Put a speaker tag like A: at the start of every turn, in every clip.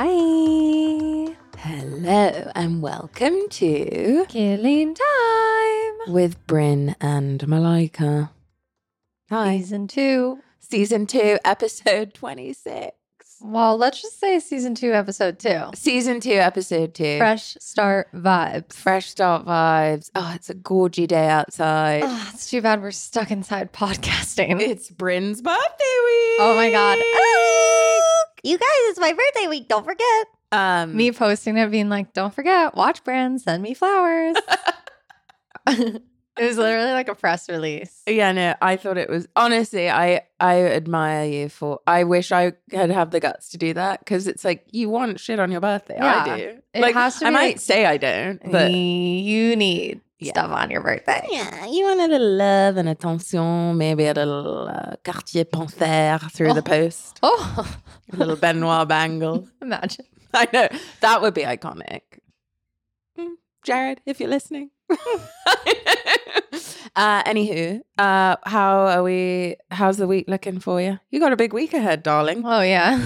A: Hi,
B: Hello and welcome to
A: killing time.
B: With Bryn and Malika. Hi.
A: Season two.
B: Season 2, episode 26.
A: Well, let's just say season two, episode two.
B: Season 2, episode 2.
A: Fresh start vibes.
B: Fresh start vibes. Oh, it's a gorgy day outside.
A: Ah, it's too bad we're stuck inside podcasting.
B: It's Bryn's birthday week.
A: Oh my God. You guys, it's my birthday week. Don't forget.
B: Um,
A: Mm. Me posting it, being like, "Don't forget, watch Brand, send me flowers." it was literally like a press release.
B: Yeah, no, I thought it was honestly, I I admire you for I wish I could have the guts to do that because it's like you want shit on your birthday.
A: Yeah.
B: I do.
A: It
B: like
A: has to
B: I
A: be,
B: might
A: like-
B: say I don't, but
A: you need
B: Yeah.
A: stuff on your birthday.
B: yeah, you want a little love and attention, maybe a little uh, quartier panthère through
A: Oh.
B: the post,
A: Oh,
B: a little Benoit bangle.
A: imagine.
B: I know that would be iconic. Mm, Jared, if you're listening. uh anywho, uh how are we how's the week looking for you? You got a big week ahead, darling.
A: Oh yeah.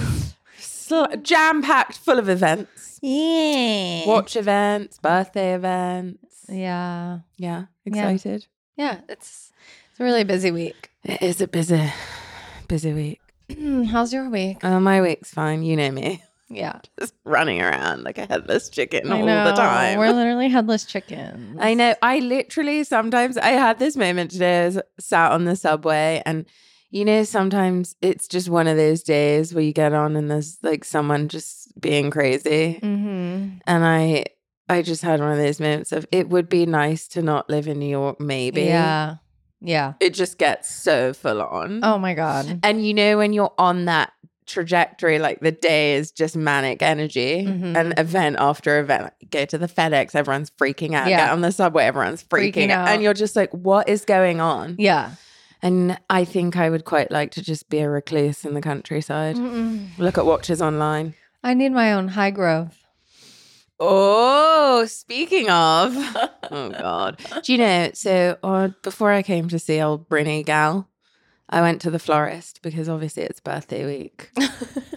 B: Sl- jam-packed full of events.
A: Yeah.
B: Watch events, birthday events.
A: Yeah.
B: Yeah,
A: Yeah.
B: excited.
A: Yeah. It's it's a really busy week.
B: It is a busy busy week.
A: How's your week?
B: Oh, my week's fine. You know me.
A: Yeah.
B: Just running around like a headless chicken
A: I
B: all
A: know,
B: the time.
A: We're literally headless chickens.
B: I know. I literally sometimes I had this moment today. I was sat on the subway, and you know, sometimes it's just one of those days where you get on and there's like someone just being crazy,
A: Mm-hmm.
B: and I. I just had one of those moments of it would be nice to not live in New York, maybe.
A: Yeah. Yeah.
B: It just gets so full on.
A: Oh my god.
B: And you know, when you're on that trajectory, like the day is just manic energy
A: Mhm.
B: and event after event, like, go to the FedEx, everyone's freaking out.
A: Yeah.
B: Get on the subway, everyone's freaking,
A: Freaking
B: out.
A: out.
B: And you're just like, what is going on?
A: Yeah.
B: And I think I would quite like to just be a recluse in the countryside,
A: Mm-mm.
B: look at watches online.
A: I need my own high grove.
B: Oh, speaking of, oh God. Do you know? So, uh, before I came to see old Brinny Gal, I went to the florist because obviously it's birthday week.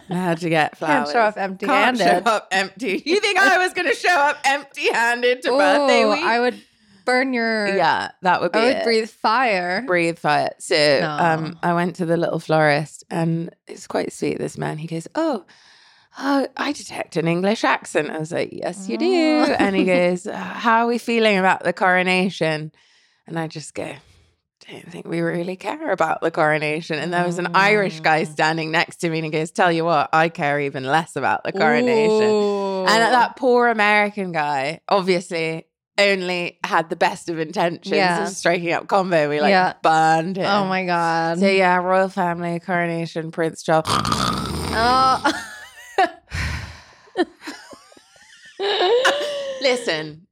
B: I had to get
A: Can't
B: flowers.
A: show off
B: Can't
A: empty-handed.
B: show up empty. You think I was going to show up empty-handed to birthday
A: Ooh,
B: week?
A: I would burn your.
B: yeah, that would be.
A: I would
B: it.
A: breathe fire.
B: Breathe fire. So
A: No.
B: um, I went to the little florist, and it's quite sweet. This man, he goes, "Oh, oh, I detect an English accent." I was like, "Yes, you do."
A: Oh.
B: and he goes, "Uh, "How are we feeling about the coronation?" And I just go, "Don't think we really care about the coronation." And there was an Irish guy
A: Mm.
B: standing next to me, and he goes, "Tell you what, I care even less about the coronation." And that poor American guy, obviously, only had the best of intentions
A: Yeah.
B: of striking up convo. We like
A: Yeah.
B: burned him.
A: Oh my god.
B: So yeah, royal family, coronation, Prince Charles.
A: Oh.
B: Listen,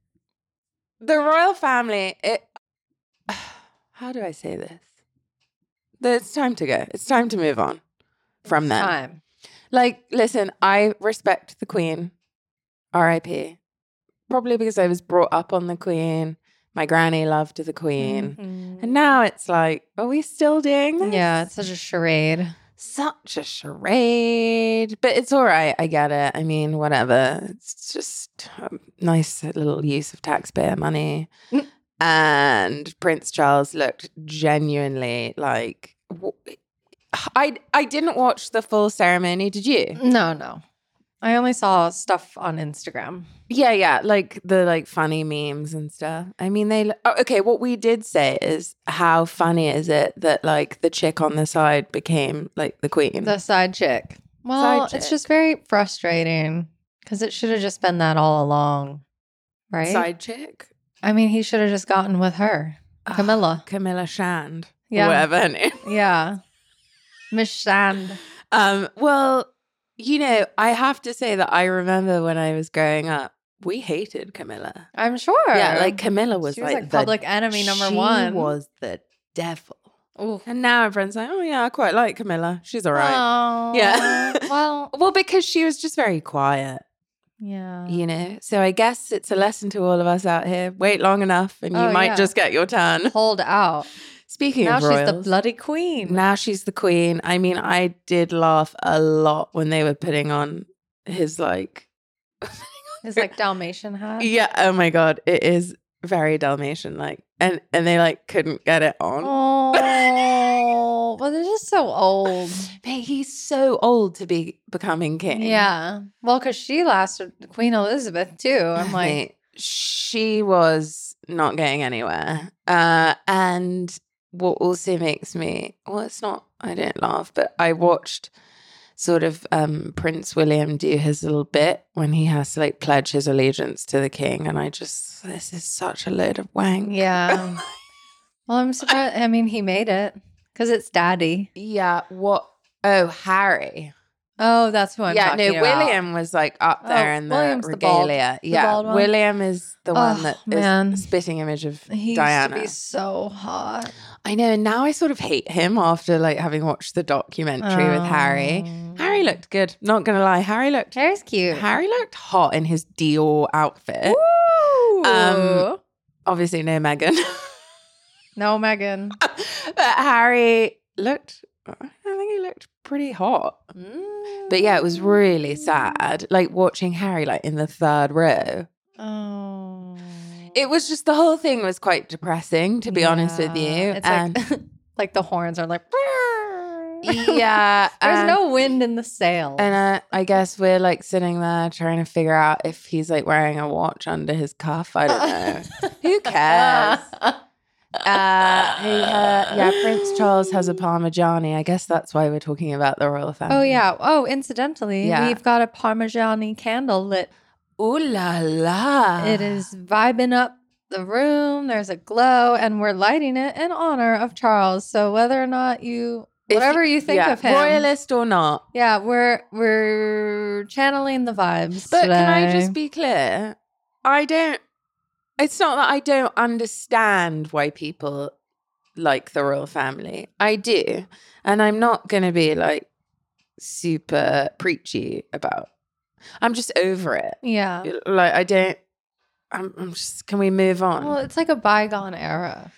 B: the royal family. It, how do I say this? That It's time to go. It's time to move on from them.
A: Time.
B: Like, listen, I respect the Queen, R.I.P. Probably because I was brought up on the Queen. My granny loved the
A: Mm-hmm.
B: Queen, and now it's like, are we still doing this?
A: Yeah, it's such a charade.
B: such a charade. But it's all right. I get it. I mean, whatever. It's just a nice little use of taxpayer money.
A: Mm.
B: and Prince Charles looked genuinely like. w- I I didn't watch the full ceremony. Did you?
A: No, no. I only saw stuff on Instagram.
B: Yeah, yeah, like the like funny memes and stuff. I mean, they oh, okay. What we did say is how funny is it that like the chick on the side became like the queen?
A: The side chick. Well,
B: Side
A: it's
B: chick.
A: just very frustrating because it should have just been that all along, right?
B: side chick,
A: I mean, he should have just gotten with her, Camilla.
B: Camilla Shand,
A: Yeah.
B: yeah, whatever her name.
A: yeah, Miss Shand.
B: Um, well, you know, I have to say that I remember when I was growing up, we hated Camilla.
A: I'm sure.
B: Yeah, like Camilla was,
A: she was
B: like,
A: like,
B: the-
A: public enemy number
B: she
A: one.
B: was the devil.
A: Ooh.
B: And now everyone's like, oh yeah, I quite like Camilla. She's all right.
A: Oh,
B: Yeah.
A: well,
B: well, because she was just very quiet.
A: yeah.
B: you know so i guess it's a lesson to all of us out here wait long enough and you
A: Oh,
B: might
A: yeah.
B: just get your turn
A: Hold out.
B: speaking
A: now
B: of
A: she's the
B: royals,
A: bloody queen.
B: now she's the queen i mean i did laugh a lot when they were putting on his like
A: It's like Dalmatian hat.
B: yeah oh my god it is very dalmatian like and and they like couldn't get it on
A: Oh, well, they're just so old.
B: but he's so old to be becoming king
A: Yeah. Well, because she lasted Queen Elizabeth too. I'm like,
B: Right. she was not going anywhere. Uh, and what also makes me, well, it's not, I didn't laugh, but I watched sort of um, Prince William do his little bit when he has to like pledge his allegiance to the king. And I just, this is such a load of wank.
A: yeah. Well, I'm surprised. I mean, he made it because it's daddy.
B: Yeah. What? Oh, Harry.
A: Oh, that's who I'm
B: yeah,
A: talking
B: no,
A: about.
B: William was like up there
A: Oh,
B: in the
A: William's the bald-
B: regalia. yeah,
A: bald one?
B: William is the one
A: Oh,
B: that is
A: man.
B: the spitting image of
A: He
B: Diana.
A: used to be so hot.
B: I know, and now I sort of hate him after like having watched the documentary with Harry.
A: Um,
B: Harry looked good, not gonna lie. Harry looked
A: Harry's cute.
B: Harry looked hot in his Dior outfit.
A: Um,
B: Obviously, no Megan,
A: no, Megan.
B: but Harry looked. I think he looked pretty hot. But yeah, it was really sad, like watching Harry like in the third row.
A: Oh.
B: It was just the whole thing was quite depressing, to be honest with you.
A: Yeah. It's
B: and
A: like, like the horns are like.
B: yeah,
A: There's
B: and-
A: no wind in the sail.
B: And uh, I guess we're like sitting there trying to figure out if he's like wearing a watch under his cuff. I don't know. Who cares? Uh, he, uh, yeah, Prince Charles has a Parmigiani. I guess that's why we're talking about the royal family.
A: Oh yeah. Oh, incidentally,
B: Yeah.
A: we've got a Parmigiani candle lit.
B: Ooh la la.
A: It is vibing up the room. There's a glow, and we're lighting it in honor of Charles. So whether or not you,
B: If-
A: whatever you think
B: yeah,
A: of him,
B: Royalist or not.
A: yeah, we're we're channeling the vibes.
B: But can I
A: today.
B: just be clear? I don't. It's not that I don't understand why people like the royal family. I do. And I'm not going to be like super preachy about. I'm just over it.
A: Yeah.
B: Like I don't I'm, I'm just can we move on?
A: Well, it's like a bygone era.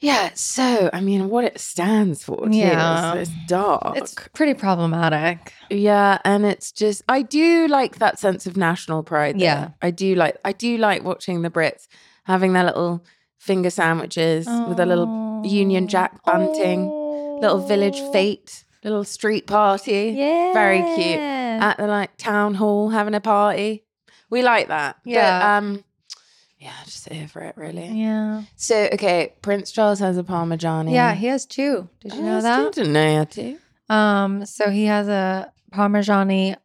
B: yeah, so I mean what it stands for too.
A: Yeah.
B: Yeah. It's dark.
A: It's pretty problematic.
B: Yeah, and it's just I do like that sense of national pride. though.
A: Yeah.
B: I do like I do like watching the Brits having their little finger sandwiches with a little
A: Oh.
B: Union Jack bunting, little village fete, little street party
A: Yeah.
B: Very cute. Ah. at the like town hall having a party. We like that. But,
A: Yeah.
B: um yeah, just over it really.
A: yeah.
B: So okay, Prince Charles has a Parmigiani.
A: Yeah, he has two. Did you know
B: I
A: that?
B: didn't know he had to.
A: Um, so he has a Parmigiani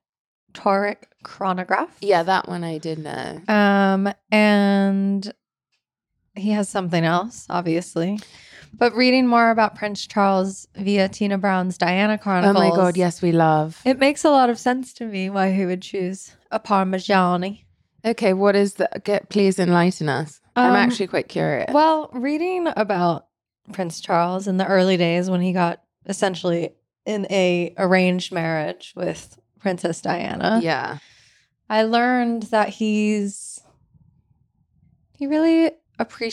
A: Toric chronograph.
B: Yeah, that one I did know.
A: Um, and he has something else, obviously. But reading more about Prince Charles via Tina Brown's Diana
B: Oh
A: Chronicles.
B: my god, yes, we love.
A: It makes a lot of sense to me why he would choose a Parmigiani.
B: Okay, what is the get please enlighten us. I'm
A: Um,
B: actually quite curious.
A: Well, reading about Prince Charles in the early days when he got essentially in a arranged marriage with Princess Diana.
B: yeah.
A: I learned that he's he really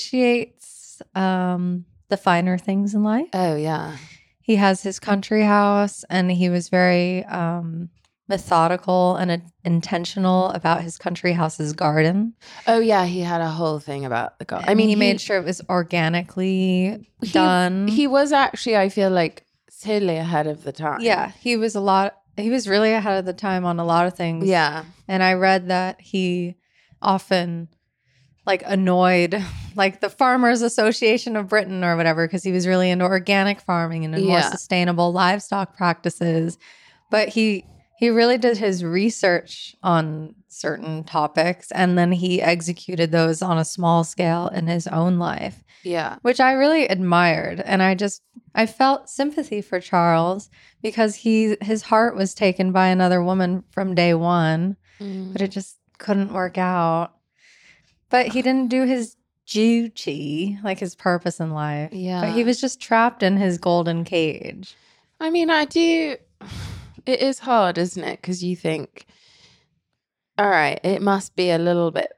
A: appreciates um the finer things in life.
B: Oh yeah.
A: He has his country house and he was very um methodical and uh, intentional about his country house's garden.
B: Oh yeah, he had a whole thing about the god. I
A: And
B: mean,
A: he, made sure it was organically
B: he-
A: done.
B: He was actually I feel like totally ahead of the time.
A: yeah, he was a lot he was really ahead of the time on a lot of things.
B: Yeah.
A: And I read that he often like annoyed like the Farmers Association of Britain or whatever because he was really into organic farming and more
B: Yeah.
A: sustainable livestock practices. But he he really did his research on certain topics and then he executed those on a small scale in his own life
B: Yeah.
A: which I really admired and I just I felt sympathy for Charles because he his heart was taken by another woman from day 1 but it just couldn't work out but he didn't do his duty like his purpose in life
B: Yeah.
A: but he was just trapped in his golden cage
B: I mean, I do. It is hard, isn't it? Because you think, all right, it must be a little bit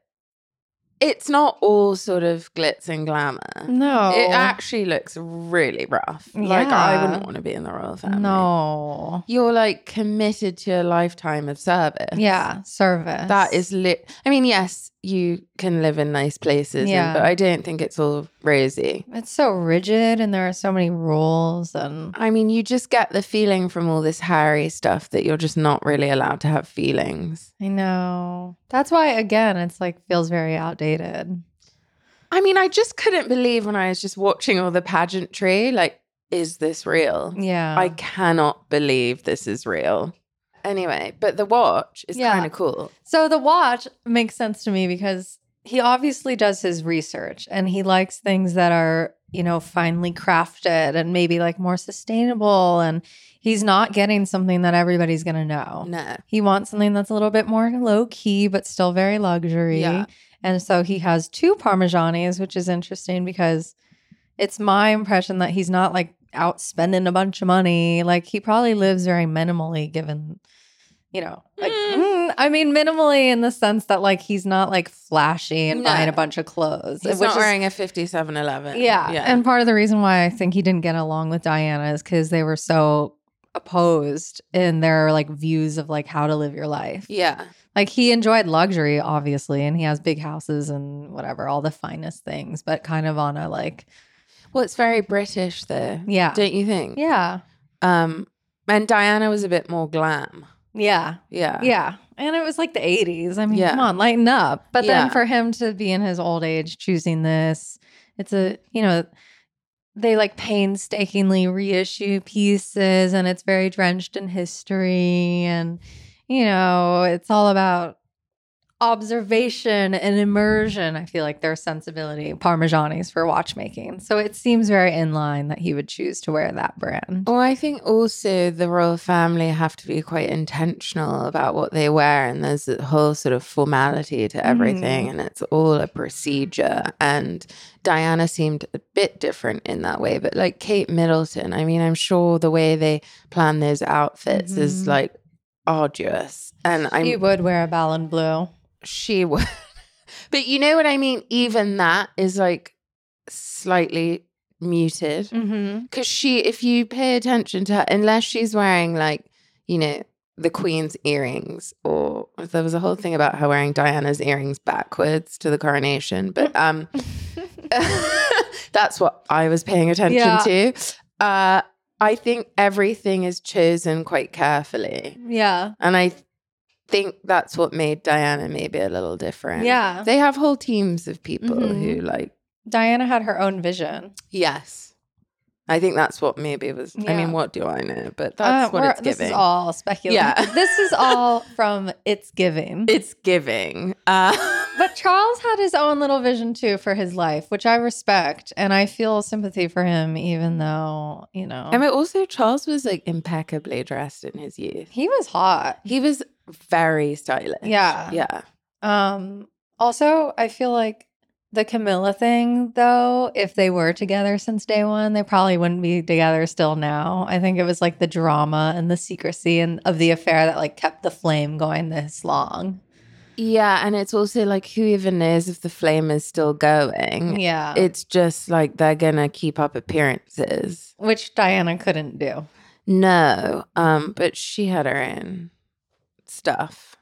B: it's not all sort of glitz and glamour.
A: No.
B: It actually looks really rough. Like I
A: Oh. Yeah.
B: wouldn't want to be in the royal family.
A: no.
B: You're like committed to a lifetime of service.
A: Yeah, service.
B: That is lit. I mean, yes, you can live in nice places, and-
A: Yeah.
B: but I don't think it's all rosy.
A: It's so rigid, and there are so many rules, and
B: I mean, you just get the feeling from all this Harry stuff that you're just not really allowed to have feelings.
A: I know that's why. Again, it's like feels very outdated.
B: I mean, I just couldn't believe when I was just watching all the pageantry. Like, is this real?
A: Yeah,
B: I cannot believe this is real. Anyway, but the watch is
A: Yeah.
B: kind of cool.
A: So the watch makes sense to me because he obviously does his research and he likes things that are, you know, finely crafted and maybe like more sustainable. And he's not getting something that everybody's going to know.
B: No.
A: He wants something that's a little bit more low key, but still very luxury.
B: Yeah.
A: And so he has two Parmigianis, which is interesting because it's my impression that he's not like out spending a bunch of money. Like he probably lives very minimally, given, you know, like,
B: Mm.
A: mm, I mean, minimally in the sense that like he's not like flashy and
B: No.
A: buying a bunch of clothes.
B: He's not wearing a 5711.
A: yeah.
B: Yeah.
A: And part of the reason why I think he didn't get along with Diana is because they were so opposed in their like views of like how to live your life.
B: yeah.
A: Like he enjoyed luxury, obviously, and he has big houses and whatever, all the finest things, but kind of on a like,
B: Well, it's very British, though.
A: yeah.
B: Don't you think?
A: Yeah.
B: Um, and Diana was a bit more glam.
A: Yeah.
B: Yeah.
A: Yeah. And it was like the 80s. I mean,
B: Yeah.
A: come on, lighten up. But
B: Yeah.
A: then for him to be in his old age choosing this, it's a, you know, they like painstakingly reissue pieces and it's very drenched in history. And, you know, it's all about observation and immersion. I feel like their sensibility, Parmigianis for watchmaking. So it seems very in line that he would choose to wear that brand.
B: Well, I think also the royal family have to be quite intentional about what they wear, and there's a whole sort of formality to everything, and it's all a procedure. And Diana seemed a bit different in that way, but like Kate Middleton, I mean, I'm sure the way they plan those outfits is
A: Mhm.
B: like arduous, and I'm
A: he would wear a Ballon Bleu.
B: she would. but you know what I mean? Even that is like slightly muted.
A: Mm-hmm.
B: Because she, if you pay attention to her, unless she's wearing like, you know, the Queen's earrings, or there was a whole thing about her wearing Diana's earrings backwards to the coronation. But um, that's what I was paying attention
A: Yeah.
B: to. Uh, I think everything is chosen quite carefully.
A: Yeah.
B: And I th- think that's what made Diana maybe a little different.
A: Yeah.
B: They have whole teams of people
A: Mhm.
B: who like
A: Diana had her own vision.
B: Yes. I think that's what maybe was I
A: Yeah.
B: mean, what do I know? But that's
A: Uh,
B: what
A: we're-
B: it's
A: This
B: giving.
A: is all speculative.
B: Yeah.
A: this is all from It's Giving.
B: it's giving. Uh
A: but Charles had his own little vision too for his life, which I respect. And I feel sympathy for him, even though, you know,
B: I mean also Charles was like impeccably dressed in his youth.
A: he was hot.
B: He was very stylish.
A: Yeah.
B: Yeah.
A: Um, also, I feel like the Camilla thing, though, if they were together since day one, they probably wouldn't be together still now. I think it was like the drama and the secrecy and of the affair that like kept the flame going this long.
B: Yeah. And it's also like who even knows if the flame is still going.
A: Yeah.
B: It's just like they're gonna keep up appearances.
A: which Diana couldn't do.
B: No, um, but she had her own stuff.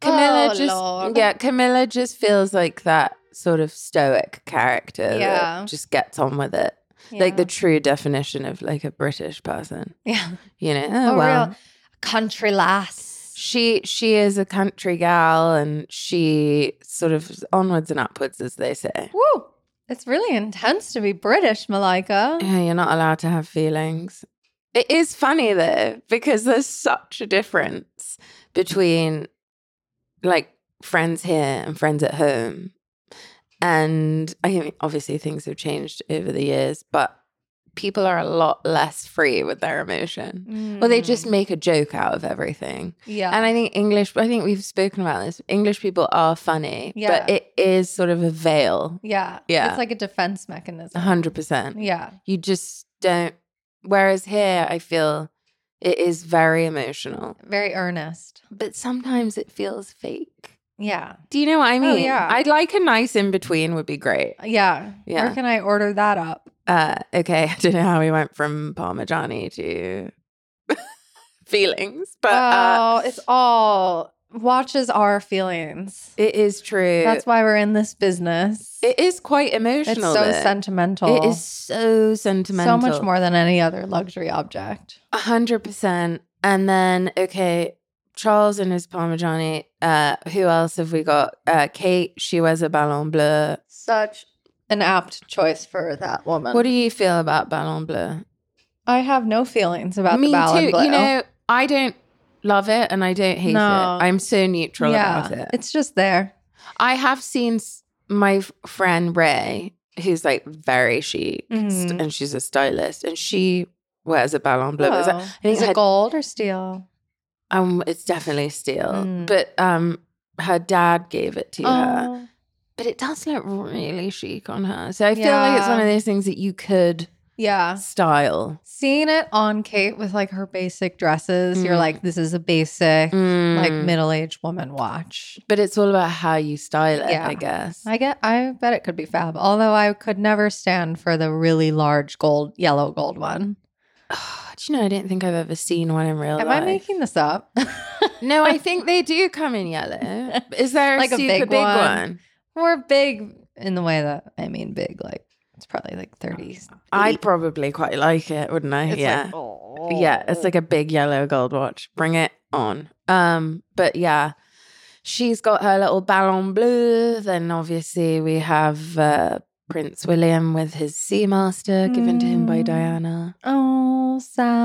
B: Camilla
A: Oh,
B: just
A: Lord.
B: yeah, Camilla just feels like that sort of stoic character
A: Yeah.
B: that just gets on with it. Like the true definition of like a British person.
A: yeah.
B: You know,
A: A
B: oh,
A: real
B: well.
A: country lass.
B: She she is a country gal and she sort of is onwards and upwards as they say.
A: Woo! It's really intense to be British, Malika.
B: Yeah, you're not allowed to have feelings. It is funny though, because there's such a difference between like friends here and friends at home. And I mean, obviously things have changed over the years, but people are a lot less free with their emotion. Well, they just
A: Mm,
B: make a joke out of everything.
A: yeah.
B: And I think English, I think we've spoken about this. English people are funny,
A: Yeah.
B: but it is sort of a veil.
A: yeah.
B: Yeah.
A: It's like a defense mechanism.
B: 100%.
A: Yeah.
B: You just don't. Whereas here, I feel it is very emotional,
A: Very earnest.
B: but sometimes it feels fake.
A: Yeah.
B: Do you know what I mean?
A: Oh, yeah.
B: I'd like a nice in between would be great.
A: Yeah.
B: Yeah.
A: Where can I order that up?
B: Uh, okay, I don't know how we went from Parmigiani to feelings, but uh,
A: well, Oh, it's all watches our feelings.
B: it is true.
A: That's why we're in this business.
B: it is quite
A: it's
B: emotional.
A: so
B: though.
A: sentimental.
B: It is so sentimental.
A: so much more than any other luxury object.
B: A hundred percent. And then okay, Charles and his Parmigiani. Uh, who else have we got? Uh, Kate. She wears a Ballon Bleu.
A: Such an apt choice for that woman.
B: What do you feel about Ballon Bleu?
A: I have no feelings about
B: Me
A: the ballad.
B: too.
A: blue.
B: You know, I don't love it and I don't hate
A: No.
B: it. I'm so neutral
A: yeah,
B: about it.
A: it's just there.
B: I have seen s- my f- friend Ray, who's like very chic, st-
A: Mhm.
B: and she's a stylist, and she wears a Ballon Bleu. It's,
A: Oh.
B: think
A: is it
B: her-
A: gold or steel?
B: um, it's definitely steel,
A: Mm.
B: but um, her dad gave it to her.
A: Oh,
B: But it does look really chic on her, so I feel like it's
A: Yeah.
B: one of those things that you could
A: yeah.
B: style.
A: Seeing it on Kate with like her basic dresses, you're
B: Mm.
A: like, this is a basic, like
B: Mm.
A: middle aged woman watch.
B: but it's all about how you style it,
A: Yeah.
B: I guess.
A: I get. I bet it could be fab. Although I could never stand for the really large gold, yellow gold one.
B: Do you know? I don't think I've ever seen one in real
A: Am
B: life.
A: I making this up?
B: no, I think they do come in yellow. Is there a
A: Like a
B: super
A: big
B: big,
A: one?
B: one?
A: We're big in the way that I mean big. Like it's probably like thirty.
B: Oh, I'd probably quite like it, wouldn't I?
A: It's
B: yeah,
A: Like, oh.
B: yeah. It's like a big yellow gold watch. Bring it on. Um, but yeah, she's got her little Ballon Bleu. Then obviously we have uh, Prince William with his Seamaster given to him by
A: Mm.
B: Diana.
A: oh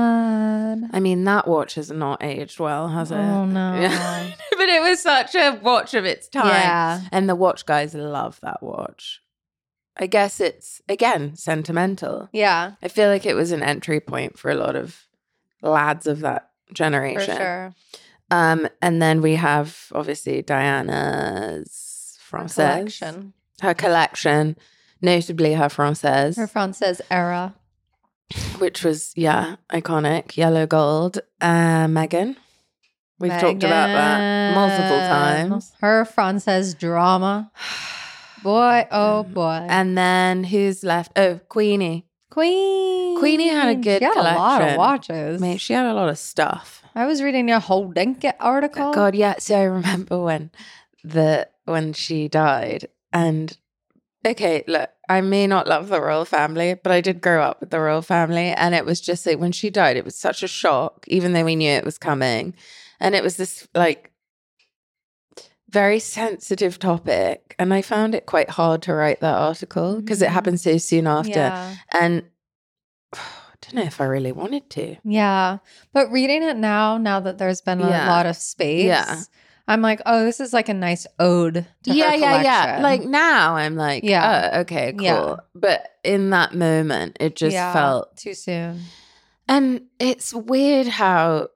A: sad.
B: I mean, that watch has not aged well, has it?
A: Oh no.
B: Yeah. but it was such a watch of its time.
A: Yeah.
B: And the watch guys love that watch. I guess it's, again, sentimental.
A: Yeah.
B: I feel like it was an entry point for a lot of lads of that
A: For
B: generation.
A: sure.
B: Um, and then we have obviously Diana's Francaise,
A: Collection.
B: her collection, notably her Francaise,
A: Her Frances era.
B: which was, yeah, iconic, yellow gold. Uh, Megan, we've talked about that multiple
A: Megan.
B: times.
A: Her Frances drama. Boy, oh
B: Mm.
A: boy.
B: And then who's left? Oh, Queenie.
A: Queen.
B: Queenie had a good
A: She had a lot of
B: collection.
A: watches.
B: Mate, she had a lot of stuff.
A: I was reading a whole Dinket article.
B: God, yeah. So I remember when the when she died, and okay, look, I may not love the royal family, but I did grow up with the royal family, and it was just like when she died, it was such a shock, even though we knew it was coming, and it was this like very sensitive topic, and I found it quite hard to write that article because
A: Mhm.
B: it happened so soon after.
A: Yeah.
B: and I don't know if I really wanted to.
A: Yeah. But reading it now, now that there's been a
B: Yeah.
A: lot of space,
B: Yeah.
A: I'm like, oh, this is like a nice ode to her collection.
B: Like now, I'm like,
A: Yeah.
B: yeah, oh, okay, cool.
A: Yeah.
B: But in that moment, it just
A: Yeah.
B: felt,
A: too soon.
B: and it's weird how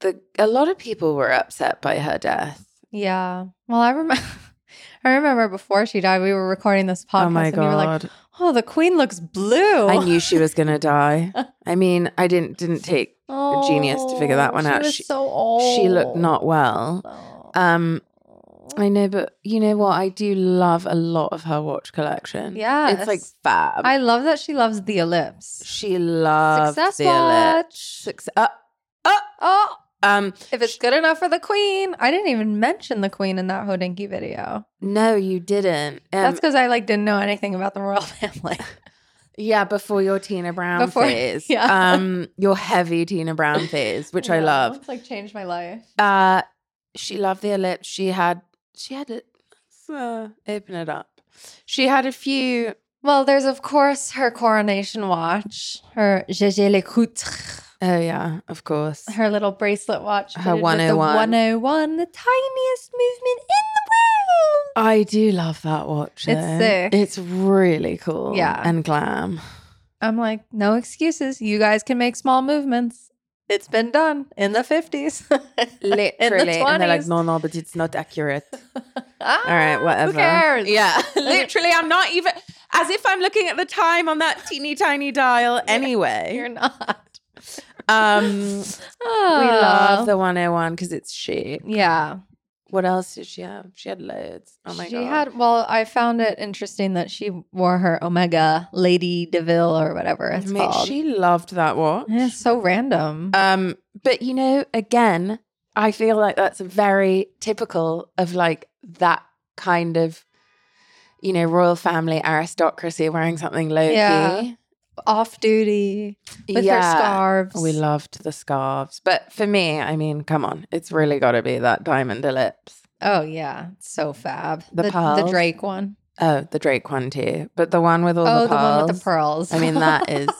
B: the a lot of people were upset by her death.
A: Yeah. Well, I remember. I remember before she died, we were recording this podcast, and we were like, "Oh, the queen looks blue."
B: Oh I knew she was gonna die. I mean, I didn't didn't take.
A: oh,
B: genius to figure that one
A: she
B: out.
A: Was
B: She-
A: so old.
B: She looked not well.
A: Oh.
B: Um, I know, but you know what? I do love a lot of her watch collection.
A: Yes.
B: it's like fab.
A: I love that she loves the ellipse.
B: She loves
A: Success
B: the
A: watch.
B: Success. Uh,
A: Oh,
B: um,
A: if it's good enough for the queen, I didn't even mention the queen in that Hodinky video.
B: no, you didn't. Um,
A: That's because I like didn't know anything about the royal family.
B: yeah, before your Tina Brown
A: Before-
B: phase.
A: yeah.
B: Um, your heavy Tina Brown phase, which I
A: Yeah,
B: love.
A: It's like changed my life.
B: Uh, she loved the ellipse. She had, she had it. let's, uh, open it up. She had a few.
A: Well, there's of course her coronation watch, her Gégé Le Coutre.
B: Oh yeah, of course.
A: her little bracelet watch.
B: Her
A: fitted with the
B: 101.
A: 101, the tiniest movement in the
B: I do love that watch.
A: It's
B: though.
A: sick.
B: It's really cool.
A: Yeah.
B: and glam.
A: world. I'm like, no excuses. You guys can make small movements. It's been done in the 50s.
B: Literally, and they're like,
A: 20s.
B: no, no, but it's not accurate.
A: Ah,
B: All right, whatever.
A: Who cares?
B: Yeah, literally, I'm not even as if I'm looking at the time on that teeny tiny dial.
A: You're
B: Anyway,
A: not.
B: um, we
A: Oh.
B: love the 101 because oh it's chic.
A: Ah. Yeah.
B: What else did she have? She had loads. Oh my
A: she
B: god.
A: had well, I found it interesting that she wore her Omega Lady Deville or whatever it's
B: Mate,
A: called.
B: she loved that watch.
A: Yeah, it's so random.
B: Um, but you know, again, I feel like that's very typical of like that kind of, you know, royal family aristocracy wearing something low
A: Yeah.
B: key.
A: Off duty with her scarves.
B: We loved the scarves. But for me, I mean, come on, it's really got to be that diamond ellipse.
A: oh yeah, it's so fab.
B: The pearls.
A: Drake one.
B: Oh, the Drake one too. But the one with all
A: oh,
B: the
A: the one
B: pearls.
A: with the pearls.
B: I mean, that is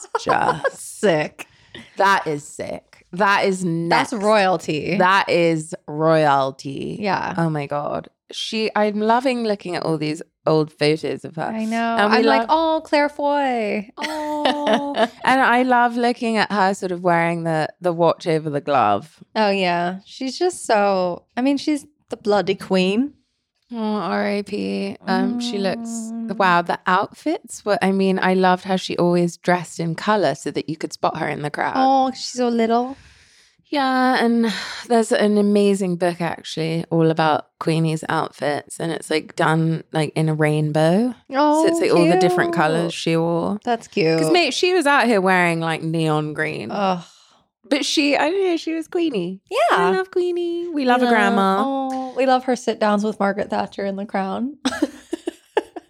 B: just,
A: sick.
B: that is sick. That is next.
A: That's royalty.
B: That is royalty.
A: yeah.
B: Oh my god. She I'm loving looking at all these old photos of her.
A: I know.
B: Uh, And we
A: I'm like,
B: love-
A: oh, Claire Foy. Oh,
B: and I love looking at her sort of wearing the the watch over the glove.
A: oh yeah. She's just so. I mean, she's the bloody queen.
B: Oh, R.I.P. Um, she looks
A: Mm.
B: wow. The outfits were. I mean, I loved how she always dressed in color so that you could spot her in the crowd.
A: Oh, she's so little.
B: Yeah, and there's an amazing book actually all about Queenie's outfits, and it's like done like in a rainbow.
A: Oh,
B: so it's like all the different
A: cute.
B: colors she wore.
A: That's cute.
B: Because mate, she was out here wearing like neon green,
A: Ugh.
B: but she, I don't know, she was Queenie. I
A: yeah.
B: love Queenie. We love a grandma. Oh.
A: Oh, we love her sit downs with Margaret Thatcher in The Crown.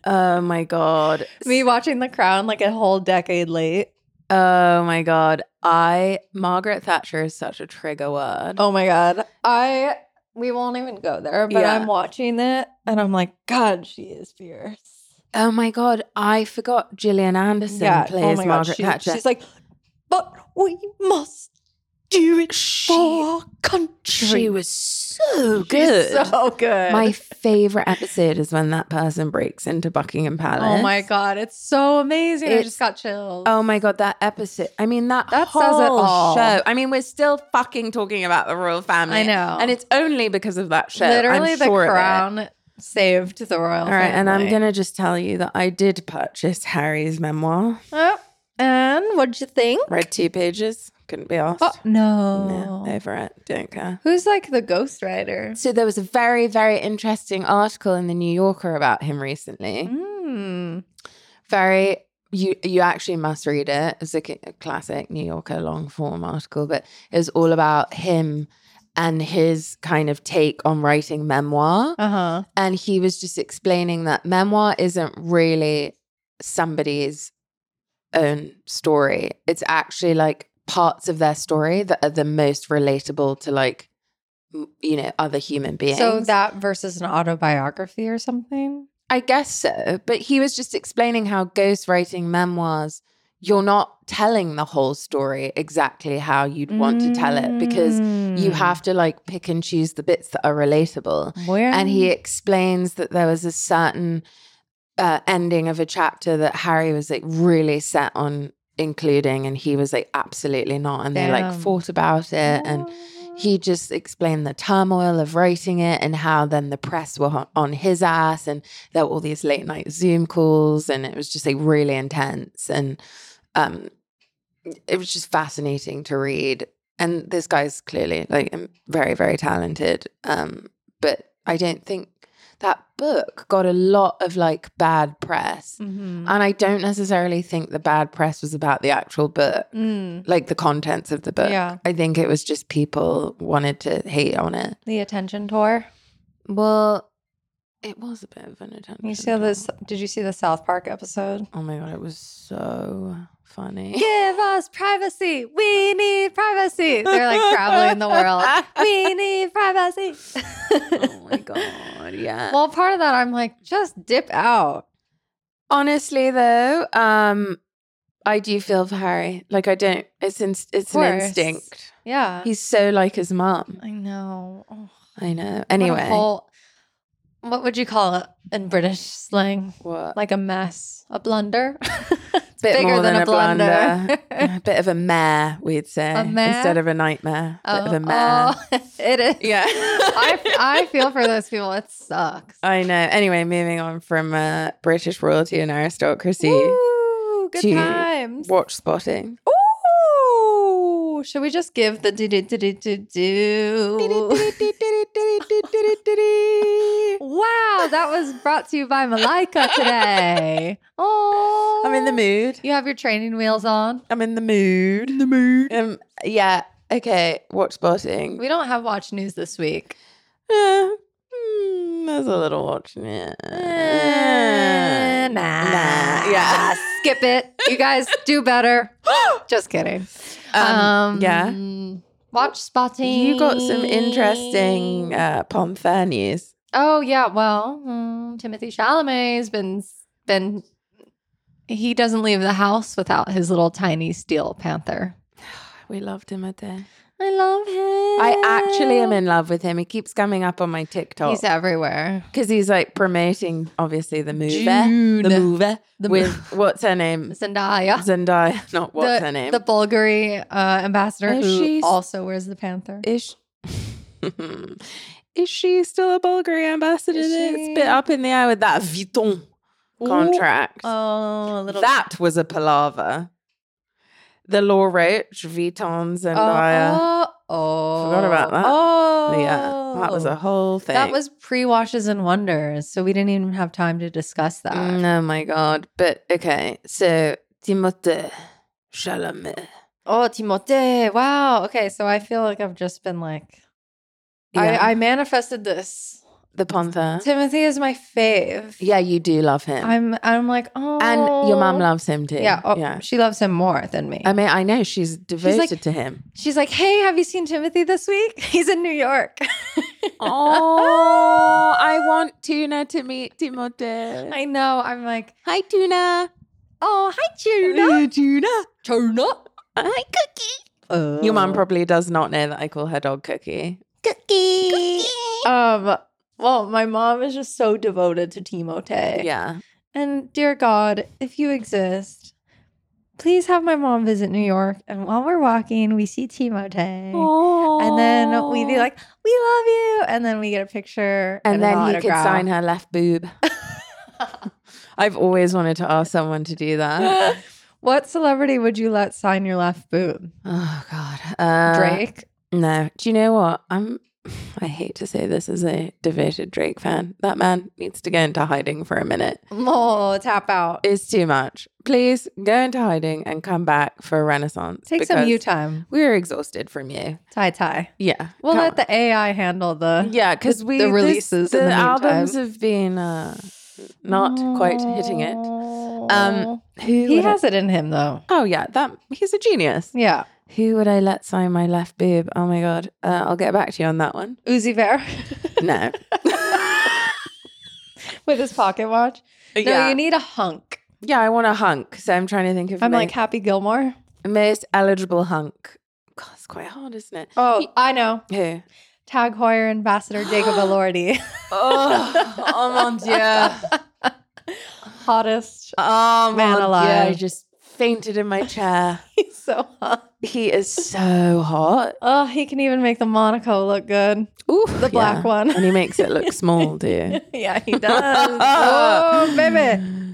B: Oh my god,
A: Me watching The Crown like a whole decade late.
B: Oh my god, I Margaret Thatcher is such a trigger word.
A: Oh my god. I we won't even go there, but
B: Yeah.
A: I'm watching it and I'm like, God, she is fierce.
B: Oh my god, I forgot Gillian Anderson plays Margaret
A: she-
B: Thatcher.
A: Oh She's like, but we must do it for
B: she,
A: our country.
B: she was so
A: She's
B: good.
A: so good.
B: my favorite episode is when that person breaks into Buckingham Palace.
A: oh my god, it's so amazing. I
B: It's-
A: just got chills.
B: Oh my god, that episode! I mean, that
A: That
B: whole
A: says it all.
B: show. I mean, we're still fucking talking about the royal family.
A: I know.
B: and it's only because of that show. I'm
A: literally the
B: sure of it.
A: crown saved the royal.
B: All right, and I'm
A: family.
B: gonna just tell you that I did purchase Harry's memoir.
A: Oh, and what'd you think?
B: Read two pages, couldn't be asked.
A: Oh
B: Nah,
A: no.
B: over it, don't care.
A: Who's like the ghostwriter?
B: So there was a very, very interesting article in the New Yorker about him recently.
A: Mm.
B: very you you actually must read it it's like a classic new yorker long form article but it was all about him and his kind of take on writing memoir
A: Uh-huh.
B: and he was just explaining that memoir isn't really somebody's own story it's actually like parts of their story that are the most relatable to like m- you know other human beings
A: So that versus an autobiography or something?
B: I guess so. But he was just explaining how ghostwriting memoirs, you're not telling the whole story exactly how you'd want to tell it because
A: Mm.
B: you have to like pick and choose the bits that are relatable.
A: Where
B: And he uh, explains that there was a certain uh, ending of a chapter that Harry was like really set on including, and he was like, absolutely not. And they like
A: Damn.
B: fought about it. And he just explained the turmoil of writing it and how then the press were on, on his ass and there were all these late night zoom calls and it was just like really intense and um it was just fascinating to read and this guy's clearly like um, very very talented um but i don't think that book got a lot of like bad press
A: Mhm.
B: and i don't necessarily think the bad press was about the actual book
A: Mm,
B: like the contents of the book
A: yeah,
B: I think it was just people wanted to hate on it.
A: the attention tour.
B: Well, it was a bit of an attempt.
A: You see this? Did you see the South Park episode?
B: Oh my god, it was so funny.
A: Give us privacy. We need privacy. They're like traveling the world. We need privacy.
B: oh my god, yeah.
A: well, part of that, I'm like, just dip out.
B: Honestly, though, um, I do feel for Harry. Like I don't. It's in, it's an
A: course.
B: instinct.
A: Yeah.
B: He's so like his mum.
A: I know. Oh, what
B: I know.
A: a
B: Anyway,
A: whole- what would you call it in British slang?
B: what?
A: Like a mess, a blunder. It's
B: Bit
A: bigger
B: more than
A: than,
B: a
A: a blunder.
B: a bit of a mare, we'd say,
A: A mare?
B: instead of a nightmare. bit of a mare.
A: oh, it is.
B: Yeah.
A: I, I feel for those people. It sucks.
B: I know. Anyway, moving on from uh, British royalty and aristocracy,
A: Ooh, good
B: Gee.
A: times.
B: watch spotting.
A: Ooh, should we just give the do do do do do do? that was brought to you by Malika today. Oh,
B: I'm in the mood.
A: You have your training wheels on.
B: I'm in the mood.
A: the mood.
B: Um, yeah. Okay. Watch spotting.
A: We don't have watch news this week.
B: Yeah. Mm, there's a little watch. Yeah.
A: Eh, nah.
B: Uh, Yeah.
A: Skip it. You guys do better. Just kidding.
B: Um, yeah.
A: Watch spotting.
B: You got some interesting uh, pom fair news.
A: Oh yeah, well, mm, Timothy Chalamet's been been he doesn't leave the house without his little tiny steel panther.
B: We love Timothy.
A: I love him.
B: I actually am in love with him. He keeps coming up on my TikTok
A: He's everywhere.
B: because he's, like promoting, obviously, the movie,
A: June.
B: the movie
A: The
B: with what's her name,
A: Zendaya.
B: Zendaya. Not what's
A: the,
B: her name.
A: The Bulgari uh, ambassador
B: Oh,
A: who
B: she's-
A: also wears the panther.
B: is she, is she still a Bulgari ambassador?
A: Is
B: It's
A: she?
B: a bit up in the air with that Vuitton contract.
A: Oh, a little
B: that was a palaver. The law roach, Vuitton,
A: Oh,
B: Zendaya.
A: oh, oh.
B: Forgot about that.
A: Oh.
B: Yeah, that was a whole thing.
A: That was pre-washes and wonders, so we didn't even have time to discuss that.
B: Mm, oh my god! But okay, so Timothée Chalamet.
A: Oh, Timote. Wow. Okay. So I feel like I've just been like,
B: Yeah.
A: I, I manifested this.
B: the Panther.
A: Timothy is my fave.
B: Yeah, you do love him,
A: I'm, I'm like, oh.
B: and your mom loves him too.
A: Yeah. Oh,
B: yeah.
A: She loves him more than me.
B: I mean, I know she's devoted to him.
A: She's like, hey, have you seen Timothy this week? He's in New York.
B: Oh, I want Tuna to meet Timothée.
A: I know. I'm like,
B: Hi, Tuna.
A: oh, hi, Tuna.
B: Tuna.
A: Tuna.
B: Hi, Cookie.
A: Oh.
B: Your mum probably does not know that I call her dog Cookie.
A: Cookie. Um, well, my mom is just so devoted to Timote.
B: Yeah.
A: And dear God, if you exist, please have my mom visit New York. And while we're walking, we see Timote.
B: Oh.
A: And then we'd be like, we love you. And then we get a picture.
B: and then he could sign
A: her.
B: her left boob. I've always wanted to ask someone to do that.
A: what celebrity would you let sign your left boob?
B: Oh God. Uh,
A: Drake?
B: No. Do you know what? I'm. I hate to say this as a devoted Drake fan. That man needs to go into hiding for a minute.
A: Oh, tap out.
B: It's too much. Please go into hiding and come back for a renaissance.
A: Take some you
B: because
A: time.
B: We're exhausted from you.
A: Tie tie.
B: Yeah.
A: We'll
B: come
A: let the AI handle the.
B: on. yeah, because we this-
A: releases in
B: the
A: the meantime.
B: albums have been uh, not quite hitting it. Um, Who
A: he
B: would I-
A: has it in him though.
B: Oh yeah, that he's a genius.
A: Yeah.
B: Who would I let sign my left boob? Oh my god, uh, I'll get back to you on that one.
A: Uzi Vare
B: No,
A: with his pocket watch.
B: Uh, yeah,
A: No, you need a hunk.
B: yeah, I want a hunk. So I'm trying to think of
A: I'm
B: mo-
A: like Happy Gilmore.
B: most eligible hunk. God, it's quite hard, isn't it?
A: Oh, I know.
B: Who?
A: Tag Hoyer Ambassador Jacob Elordi.
B: Oh, oh mon dieu!
A: Hottest.
B: Oh
A: Man
B: man, mon alive!
A: alive.
B: Dieu. I just fainted in my chair.
A: He's so hot.
B: he is so hot.
A: Oh, he can even make the Monaco look good.
B: Ooh,
A: The black one.
B: and he makes it look small, dear.
A: yeah, he does. oh, baby.
B: Mm,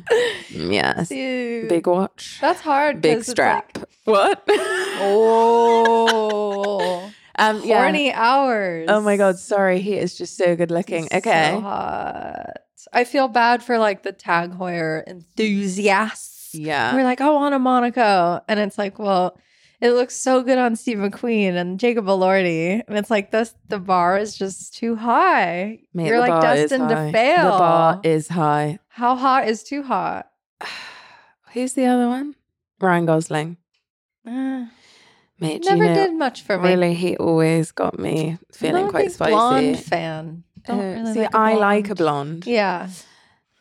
B: Yes,
A: Dude.
B: big watch,
A: That's hard.
B: big
A: 'cause it's
B: strap.
A: like,
B: what?
A: oh.
B: Um, yeah.
A: Horny hours.
B: Oh my god, sorry. He is just so good looking.
A: So
B: Okay.
A: hot. I feel bad for like the Tag Hoyer enthusiasts.
B: yeah.
A: We're like, I want a Monaco. And it's like, well, it looks so good on Steve McQueen and Jacob Elordi. And it's like, this, the bar is just too high.
B: Mate,
A: You're
B: the
A: like
B: bar is
A: destined to
B: high.
A: fail.
B: The bar is high.
A: How hot is too hot?
B: Who's the other one? Ryan Gosling.
A: Uh,
B: Mate, do
A: never
B: you Eh, know,
A: did much for me.
B: Really, he always got me feeling
A: Not a
B: quite
A: big
B: spicy.
A: Blonde fan.
B: Uh,
A: Don't really
B: see,
A: like a
B: I like a
A: blonde.
B: blonde.
A: Yeah,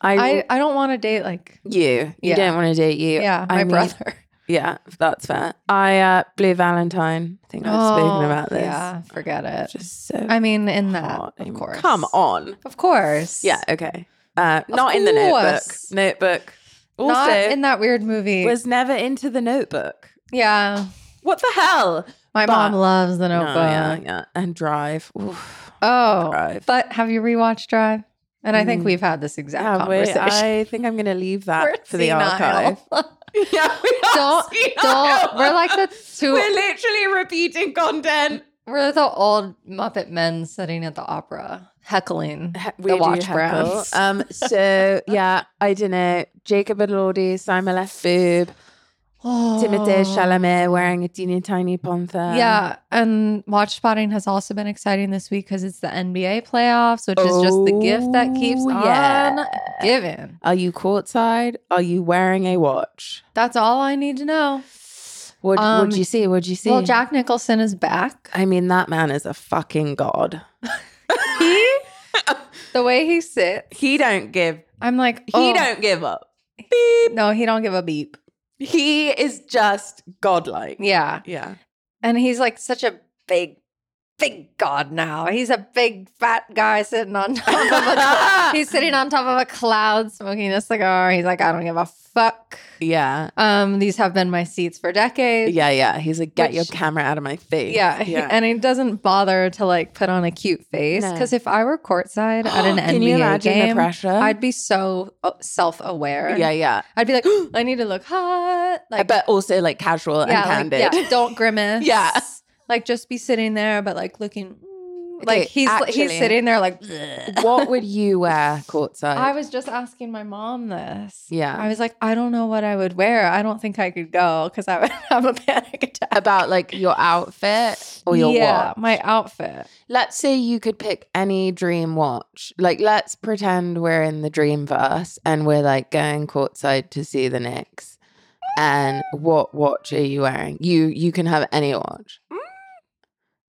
B: I,
A: I, I don't want to date like
B: you. You
A: Yeah.
B: don't want to date you.
A: yeah
B: I
A: my
B: mean-
A: brother.
B: Yeah, that's fair. I uh Blue Valentine. I think I've spoken
A: Oh,
B: about this.
A: Yeah, forget it.
B: Just so
A: I mean, in that,
B: hot.
A: of course.
B: Come on.
A: Of course.
B: Yeah, okay. Uh, not in the notebook.
A: course.
B: Notebook. Also,
A: Not in that weird movie.
B: was never into the notebook.
A: yeah.
B: What the hell?
A: My
B: But-
A: mom loves the notebook.
B: yeah, yeah. And drive. Oof,
A: Oh.
B: drive.
A: But have you rewatched Drive? And I think
B: Mm.
A: we've had this exact
B: Yeah, wait,
A: conversation.
B: I think I'm going to leave that
A: We're
B: for the
A: senile.
B: archive. yeah, we are
A: don't,
B: senile.
A: don't. We're like the 2
B: We're literally repeating content.
A: We're the old Muppet men sitting at the opera heckling.
B: He-
A: The
B: do
A: watch
B: heckle.
A: brands.
B: Um, so yeah, I don't know. Jacob Elordi, Simon Lefebvre,
A: Oh.
B: Timothée Chalamet wearing a teeny tiny panther.
A: yeah, and watch spotting has also been exciting this week because it's the NBA playoffs, which is just the gift that keeps
B: Oh,
A: on giving.
B: Are you courtside? Are you wearing a watch?
A: That's all I need to know.
B: What
A: Um,
B: would you see? What'd you see?
A: Well, Jack Nicholson is back.
B: I mean, that man is a fucking god.
A: He, the way he sits,
B: He don't give.
A: I'm like,
B: He
A: oh.
B: don't give up.
A: No, he don't give a beep.
B: He is just godlike.
A: Yeah,
B: Yeah.
A: and he's like such a big, big god now. He's a big fat guy sitting on top of a. he's sitting on top of a cloud smoking a cigar. He's like, I don't give a fuck.
B: yeah.
A: Um, these have been my seats for decades.
B: Yeah, yeah. He's like, get your
A: Which-
B: camera out of my face.
A: Yeah, he- and he doesn't bother to like put on a cute face
B: No.
A: because if I were courtside at an
B: Can
A: NBA
B: you imagine the
A: game,
B: pressure?
A: I'd be so uh, self-aware.
B: yeah, yeah.
A: I'd be like, I need to look hot. Like,
B: but also like casual and
A: yeah, like,
B: candid.
A: yeah, don't grimace.
B: Yeah.
A: like just be sitting there, but like looking. mm,
B: Okay,
A: Like he's he's
B: actually-
A: sitting there like. "Bleh."
B: what would you wear courtside?
A: I was just asking my mom this.
B: Yeah.
A: I was like, I don't know what I would wear. I don't think I could go because I would have a panic attack.
B: about like your outfit or your
A: yeah,
B: Oh, watch.
A: my outfit.
B: Let's say you could pick any dream watch. Like, let's pretend we're in the dream verse and we're like going courtside to see the Knicks. And what watch are you wearing? You you can have any watch.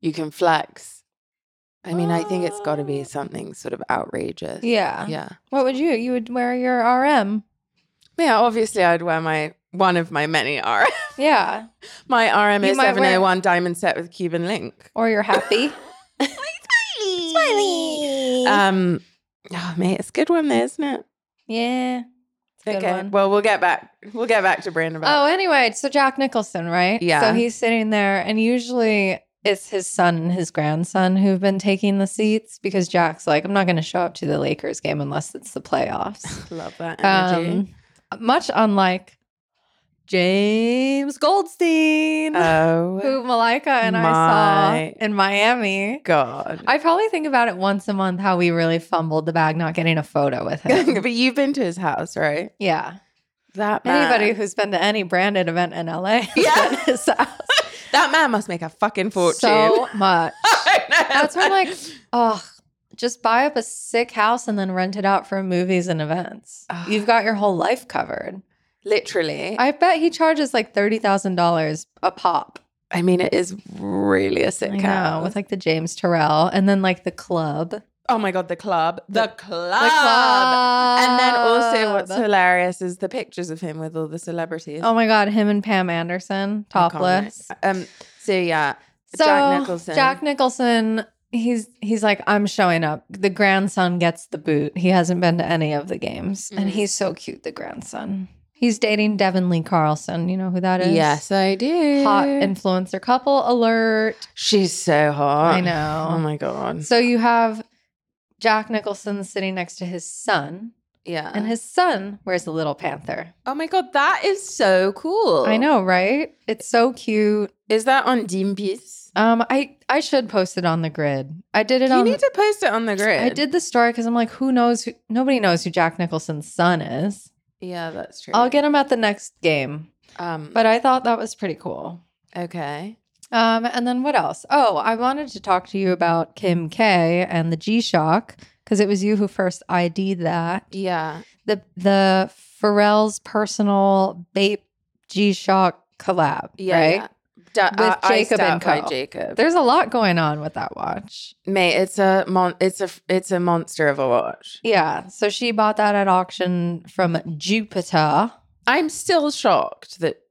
B: You can flex. I mean, I think it's got to be something sort of outrageous.
A: Yeah.
B: Oh. Yeah.
A: What would you? You would wear your RM.
B: Yeah. Obviously, I'd wear my one of my many R
A: Yeah.
B: my RMA
A: You might
B: seven oh one diamond set with Cuban link.
A: Or you're happy. Uh,
B: Um. Oh, mate, it's a good one there, isn't it?
A: yeah. It's a good
B: okay.
A: one.
B: Well, we'll get back. We'll get back to Brandon.
A: Oh,
B: About.
A: anyway, so Jack Nicholson, right?
B: Yeah.
A: So he's sitting there, and usually it's his son and his grandson who've been taking the seats because Jack's like, I'm not going to show up to the Lakers game unless it's the playoffs.
B: love that energy.
A: Oh. um, much unlike James Goldstein,
B: oh
A: who Malika and I
B: my-
A: saw in Miami.
B: God!
A: I probably think about it once a month how we really fumbled the bag not getting a photo with him.
B: but you've been to his house, right?
A: yeah.
B: That man.
A: Anybody who's been to any branded event in LA has
B: Uh, Yeah.
A: been to his house.
B: that man must make a fucking fortune.
A: So much.
B: I know.
A: That's why I'm like, oh, just buy up a sick house and then rent it out for movies and events.
B: Ugh.
A: You've got your whole life covered.
B: literally. I,
A: I bet he charges like thirty thousand dollars a pop.
B: mean, it is really a sick
A: I
B: house.
A: know, with like the James Terrell and then like the club. The
B: oh my God, the club, the, club.
A: club.
B: And then also, what's hilarious is the pictures of him with all the celebrities.
A: Oh my god, him and Pam Anderson,
B: I can't
A: topless.
B: remember. Um. So yeah,
A: So
B: Jack Nicholson.
A: Jack Nicholson, he's he's like, I'm showing up. The grandson gets the boot. He hasn't been to any of the games. And
B: Mhm.
A: he's so cute, the grandson. He's dating Devin Lee Carlson. You know who that is?
B: Yes, I do.
A: Hot influencer couple alert.
B: she's so hot.
A: I know.
B: Oh my god.
A: So you have Jack Nicholson sitting next to his son,
B: Yeah.
A: and his son wears a little panther.
B: oh my god, that is so cool.
A: I know, right? It's so cute.
B: Is that on Dimpies?
A: Um, I I should post it on the grid. I did it
B: You
A: on.
B: need to post it on the grid.
A: I did the story because I'm like, who knows? Who, nobody knows who Jack Nicholson's son is.
B: Yeah, that's true.
A: I'll get him at the next game.
B: um. But
A: But I thought that was pretty cool.
B: okay.
A: Um, and then what else? Oh, I wanted to talk to you about Kim K and the G Shock because it was you who first ID'd that.
B: Yeah.
A: the the Pharrell's personal Bape G Shock collab,
B: Yeah.
A: right?
B: yeah. Da-
A: With
B: I- I
A: Jacob
B: stand
A: and
B: by
A: Co.
B: Jacob.
A: There's a lot going on with that watch.
B: Mate, it's a mon- it's a it's a monster of a watch.
A: Yeah, so she bought that at auction from Jupiter.
B: I'm still shocked that.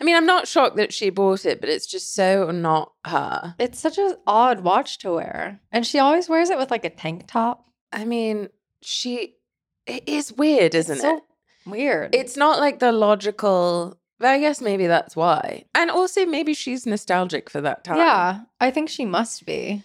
B: I mean, I'm not shocked that she bought it, but it's just so not her.
A: It's such an odd watch to wear, and she always wears it with like a tank top.
B: I mean, she. It is weird, isn't
A: it's so
B: it?
A: Weird.
B: It's not like the logical. But I guess maybe that's why. And also, maybe she's nostalgic for that time.
A: yeah. I think she must be,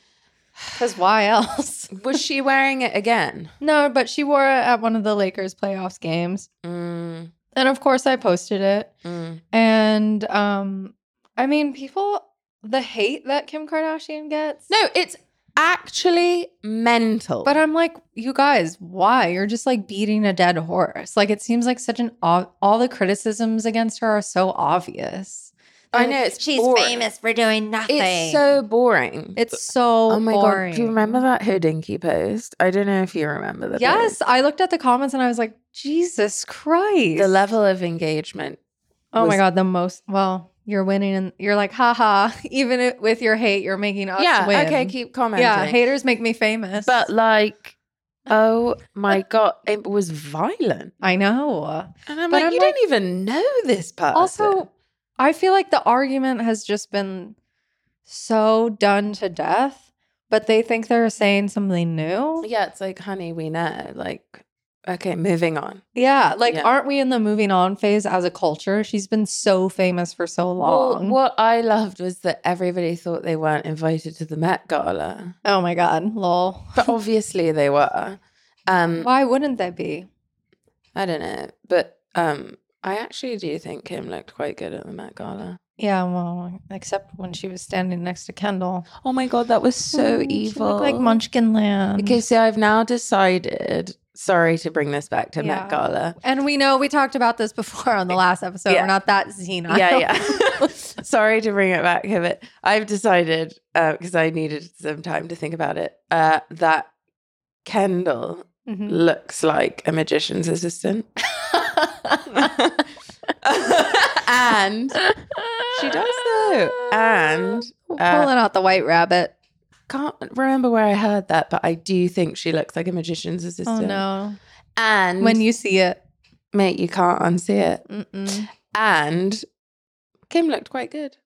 A: because why else?
B: Was she wearing it again?
A: no, but she wore it at one of the Lakers playoffs games,
B: Mm,
A: and of course I posted it.
B: mm.
A: And um I mean people the hate that Kim Kardashian gets.
B: No, it's actually mental.
A: But I'm like, you guys, why? You're just like beating a dead horse. Like it seems like such an ob- all the criticisms against her are so obvious.
B: I know it's
C: She's
B: boring.
C: famous for doing nothing.
B: It's so boring.
A: It's so
B: oh my
A: boring.
B: god! Do you remember that Hodinky post? I don't know if you remember the
A: Yes, I looked at the comments and I was like, Jesus Christ.
B: post. the level of engagement.
A: Oh
B: was-
A: my god, the most. Well, you're winning, and you're like, haha. Even if, with your hate, you're making us
B: yeah.
A: win.
B: Okay. Keep commenting.
A: yeah, haters make me famous.
B: But like, oh my god, it was violent.
A: I know.
B: And I'm
A: But
B: like,
A: I'm
B: you
A: like-
B: don't even know this person.
A: Also, I feel like the argument has just been so done to death, but they think they're saying something new.
B: yeah, it's like, honey, we know. Like, okay, moving on.
A: Yeah, like
B: Yeah.
A: aren't we in the moving on phase as a culture? She's been so famous for so
B: Well,
A: long.
B: what I loved was that everybody thought they weren't invited to the Met Gala,
A: oh my god, lol.
B: but obviously they were. Um,
A: Why wouldn't they be?
B: I don't know, but um, I actually do think Kim looked quite good at the Met Gala.
A: Yeah, well, except when she was standing next to Kendall.
B: Oh my god, that was
A: Mm,
B: so
A: she
B: evil.
A: looked like Munchkin Land.
B: Okay, so I've now decided. Sorry to bring this back to
A: Yeah.
B: Met Gala.
A: and we know we talked about this before on the last episode.
B: Yeah.
A: We're not that xenophobe.
B: yeah, yeah. Sorry to bring it back, Hibbert. I've decided because I needed some time to think about it. Uh, that Kendall
A: Mhm.
B: looks like a magician's assistant, and she does though. And uh,
A: pulling out the white rabbit.
B: can't remember where I heard that, but I do think she looks like a magician's
A: Oh
B: assistant.
A: no!
B: And
A: When you see it,
B: mate, you can't unsee it.
A: Mm-mm.
B: And Kim looked quite good.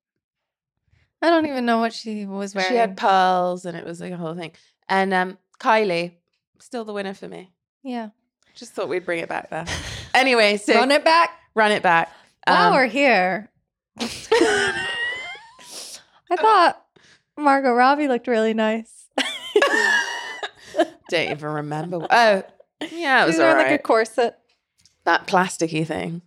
A: I don't even know what she was wearing.
B: She had pearls and it was like a whole thing. And um, Kylie, still the winner for me.
A: yeah.
B: Just thought we'd bring it back there. Anyway, so
A: Run it back.
B: run it back.
A: While
B: Um,
A: we're here, I thought Margot Robbie looked really nice.
B: don't even remember. Oh, yeah, it was
A: She's
B: all
A: wearing
B: right.
A: like a corset.
B: that plasticky thing.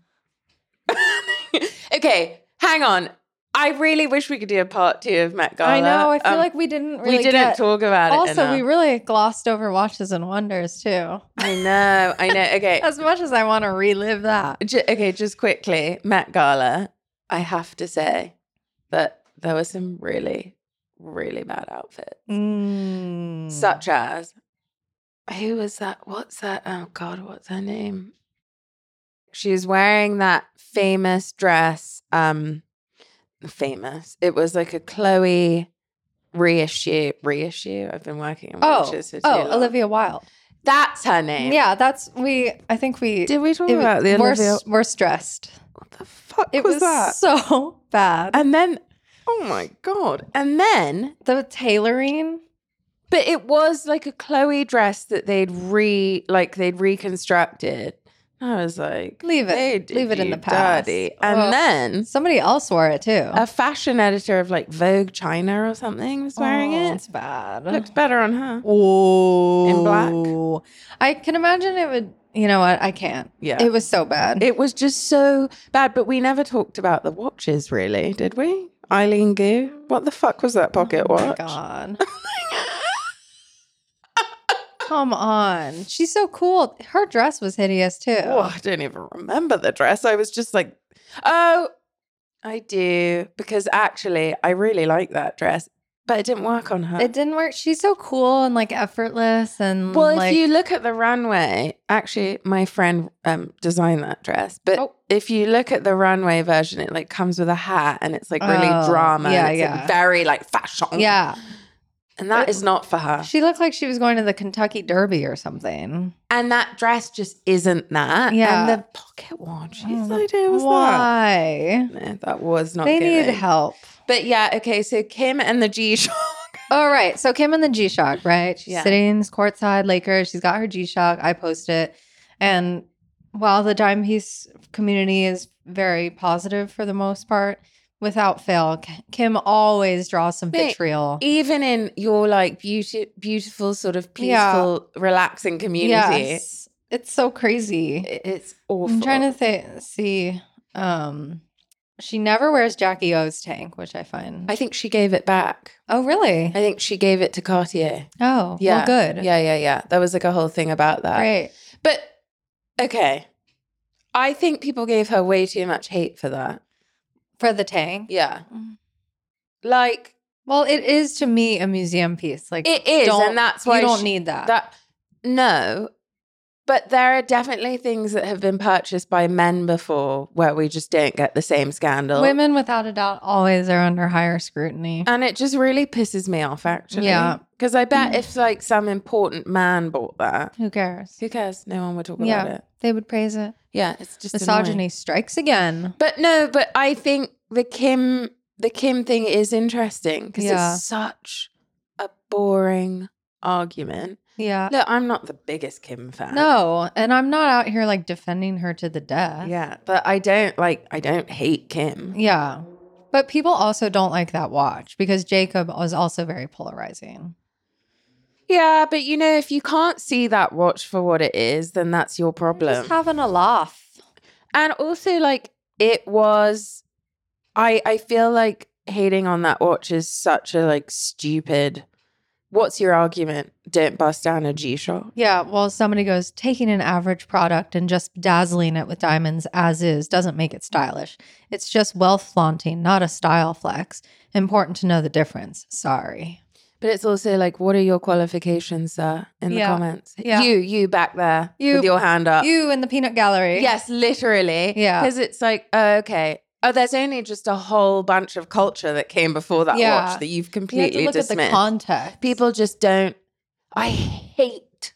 B: okay, hang on. I really wish we could do a part two of Met Gala.
A: I know. I feel
B: Um,
A: like we didn't really
B: we didn't
A: get-
B: talk about it.
A: Also, we
B: enough.
A: really glossed over Watches and Wonders too.
B: I know. I know. Okay.
A: As much as I want to relive that.
B: Ju- okay, just quickly, Met Gala. I have to say that there were some really, really bad outfits,
A: Mm.
B: such as who was that? What's that? Oh God, what's her name? She was wearing that famous dress. Um, famous. It was like a Chloe reissue. Reissue. I've been working on
A: Oh,
B: watches for too
A: oh,
B: long.
A: Olivia Wilde.
B: That's her name.
A: Yeah, that's we. I think we
B: Did we talk
A: it-
B: about the
A: we're,
B: Olivia?
A: s- we're stressed.
B: What the fuck
A: It
B: was,
A: was
B: that?
A: so bad.
B: And then, oh my God. And then,
A: the tailoring.
B: but it was like a Chloe dress that they'd re, like they'd reconstructed. I was like,
A: Leave it.
B: they did
A: Leave it in
B: you
A: the past.
B: dirty. And
A: Ugh.
B: then
A: Somebody else wore it too.
B: a fashion editor of like Vogue China or something was wearing
A: Oh,
B: it.
A: It's bad.
B: Looked better on her.
A: oh,
B: in black.
A: I can imagine it would. You know what? I can't.
B: Yeah.
A: It was so bad.
B: It was just so bad, but we never talked about the watches, really, did we? Eileen Gu, what the fuck was that pocket
A: oh
B: watch?
A: my god. Come on. She's so cool. Her dress was hideous too.
B: Oh, I don't even remember the dress. I was just like, oh, I do. Because actually, I really like that dress, but it didn't work on her. Mm,
A: It didn't work. She's so cool and like effortless and
B: well,
A: like,
B: if you look at the runway, actually, my friend um, designed that dress. But
A: Oh.
B: if you look at the runway version, it like comes with a hat and it's like really
A: Oh,
B: drama. and
A: yeah,
B: it's, like,
A: yeah.
B: very like fashion.
A: yeah.
B: And that
A: It-
B: is not for her.
A: She looked like she was going to the Kentucky Derby or something.
B: And that dress just isn't that.
A: Yeah.
B: And the pocket watch.
A: Oh,
B: Whose idea was
A: Why?
B: that? No, that was not
A: They need
B: giving.
A: help.
B: But yeah, okay, so Kim and the G Shock.
A: All right. So Kim in the G Shock, right? She's
B: Yeah.
A: sitting courtside Lakers. She's got her G Shock. I post it. And while the dime piece community is very positive for the most part, without fail, K- Kim always draws some
B: Wait,
A: vitriol.
B: Even in your like beauty beautiful, sort of
A: Yeah.
B: peaceful, relaxing community.
A: Yes. It's so crazy.
B: i- It's awful.
A: I'm trying to th- see. Um, She never wears Jackie O's tank, which I find.
B: I think she gave it back.
A: oh, really?
B: I think she gave it to Cartier.
A: oh,
B: Yeah.
A: well, good.
B: Yeah, yeah, yeah. There was like a whole thing about that.
A: Great.
B: But okay. I think people gave her way too much hate for that.
A: For the tank.
B: Yeah.
A: Mm.
B: Like
A: Well, it is to me a museum piece. Like,
B: it is,
A: don't-
B: and that's why
A: you don't
B: she-
A: need that.
B: that no but there are definitely things that have been purchased by men before where we just don't get the same scandal
A: Women, without a doubt, always are under higher scrutiny.
B: and it just really pisses me off actually
A: Yeah. Mm.
B: because i bet if like some important man bought that
A: Who cares?
B: who cares no one would talk
A: Yeah.
B: about it
A: They would praise it.
B: yeah it's just
A: Misogyny
B: annoying.
A: strikes again.
B: but no but i think the kim the kim thing is interesting because
A: Yeah.
B: it's such a boring argument
A: Yeah.
B: look i'm not the biggest kim fan
A: No, and I'm not out here like defending her to the death.
B: Yeah, but I don't like I don't hate Kim.
A: Yeah. But people also don't like that watch because Jacob was also very polarizing.
B: Yeah, but you know, if you can't see that watch for what it is, then that's your problem.
A: Just having a laugh.
B: and also, like it was, I I feel like hating on that watch is such a like stupid. What's your argument? Don't bust down a G shot.
A: Yeah, well, somebody goes taking an average product and just dazzling it with diamonds as is doesn't make it stylish. It's just wealth flaunting, not a style flex. Important to know the difference. Sorry.
B: But it's also like, what are your qualifications, sir? In
A: Yeah.
B: the comments,
A: Yeah.
B: you you back there
A: You-
B: with your hand up.
A: You in the peanut gallery.
B: Yes, literally.
A: Yeah.
B: Because it's like, oh, okay. Oh, there's only just a whole bunch of culture that came before that
A: Yeah.
B: watch that you've
A: you have to
B: completely
A: look at the
B: dismissed.
A: context.
B: People just don't. I hate,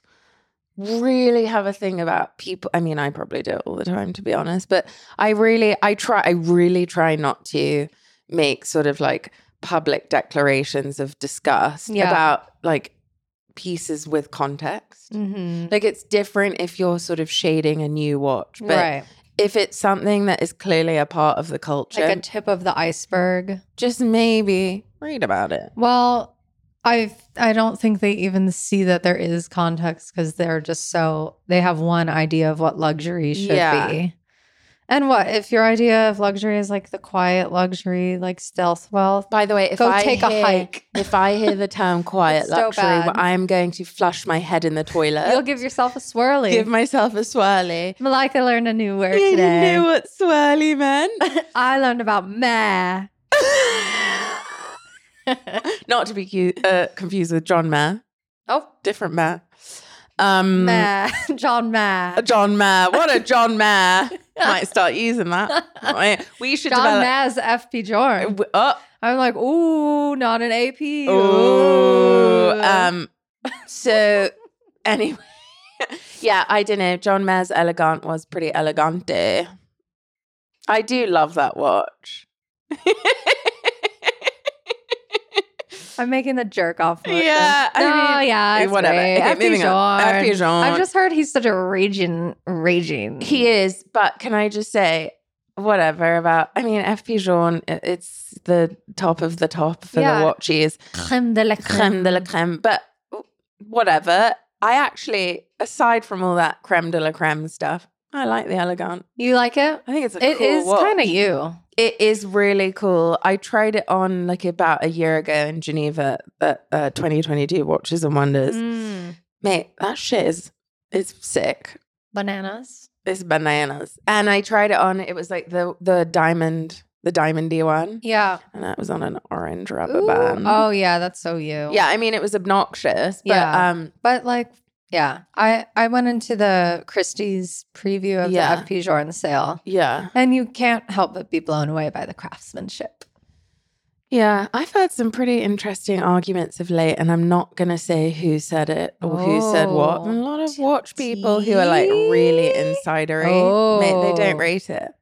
B: really have a thing about people. I mean, I probably do it all the time, to be honest, but I really, I try, I really try not to make sort of like public declarations of disgust
A: Yeah.
B: about like pieces with context.
A: Mhm.
B: Like it's different if you're sort of shading a new watch, but
A: right,
B: if it's something that is clearly a part of the culture,
A: like a tip of the iceberg.
B: just maybe read about it.
A: Well, I I don't think they even see that there is context because they're just so they have one idea of what luxury should
B: Yeah.
A: be. And what if your idea of luxury is like the quiet luxury, like stealth wealth?
B: By the way, if
A: Go
B: I
A: take
B: hear-
A: a hike.
B: if I hear the term quiet
A: It's so
B: luxury,
A: bad.
B: well, I'm going to flush my head in the
A: You'll
B: toilet,
A: give yourself a swirly.
B: give myself a swirly.
A: Malika learned a new word
B: You
A: today.
B: knew what swirly meant.
A: I learned about meh.
B: Not to be cu- uh, confused with John Mayer.
A: Oh.
B: different Mayer. Um,
A: Meh. John Meh.
B: A John Mayer. What a John Mayer. Might start using that. Right. We should
A: John
B: develop.
A: Meh's FP Jorn.
B: W- Oh,
A: I'm like, ooh, not an AP.
B: Ooh.
A: Ooh.
B: Um, so anyway, yeah, I don't know. John Mayer's Elegant was pretty elegante. I do love that watch.
A: I'm making the jerk off. motion.
B: Yeah, I
A: No,
B: mean, eh,
A: yeah. It's
B: Whatever.
A: Great.
B: Okay,
A: F.
B: moving on.
A: Dijon.
B: F. Dijon.
A: I've just heard he's such a raging, raging.
B: He is, but can I just say whatever about? I mean, FP Jean, i- it's the top of the top for
A: Yeah.
B: the watches,
A: creme de la
B: creme de la
A: creme.
B: creme. But whatever. I actually, aside from all that creme de la creme stuff, I like the elegant.
A: You like it?
B: I think it's a
A: It
B: cool
A: is
B: watch.
A: kind of you.
B: It is really cool. I tried it on like about a year ago in Geneva at uh, 2022 Watches and Wonders.
A: Mm,
B: Mate, that shit is is sick.
A: bananas.
B: It's bananas. And I tried it on. It was like the the diamond, the diamondy one,
A: Yeah.
B: and that was on an orange rubber
A: Ooh.
B: band.
A: Oh yeah, that's so you.
B: yeah. I mean, it was obnoxious, but
A: Yeah.
B: um,
A: But like, yeah. I I went into the Christie's preview of
B: Yeah.
A: the FP Jorn sale,
B: yeah,
A: and you can't help but be blown away by the craftsmanship.
B: yeah. I've heard some pretty interesting arguments of late, and I'm not gonna say who said it or who said what.
A: Oh.
B: And a lot of watch people who are like really insidery, mate, they
A: Oh.
B: don't rate it.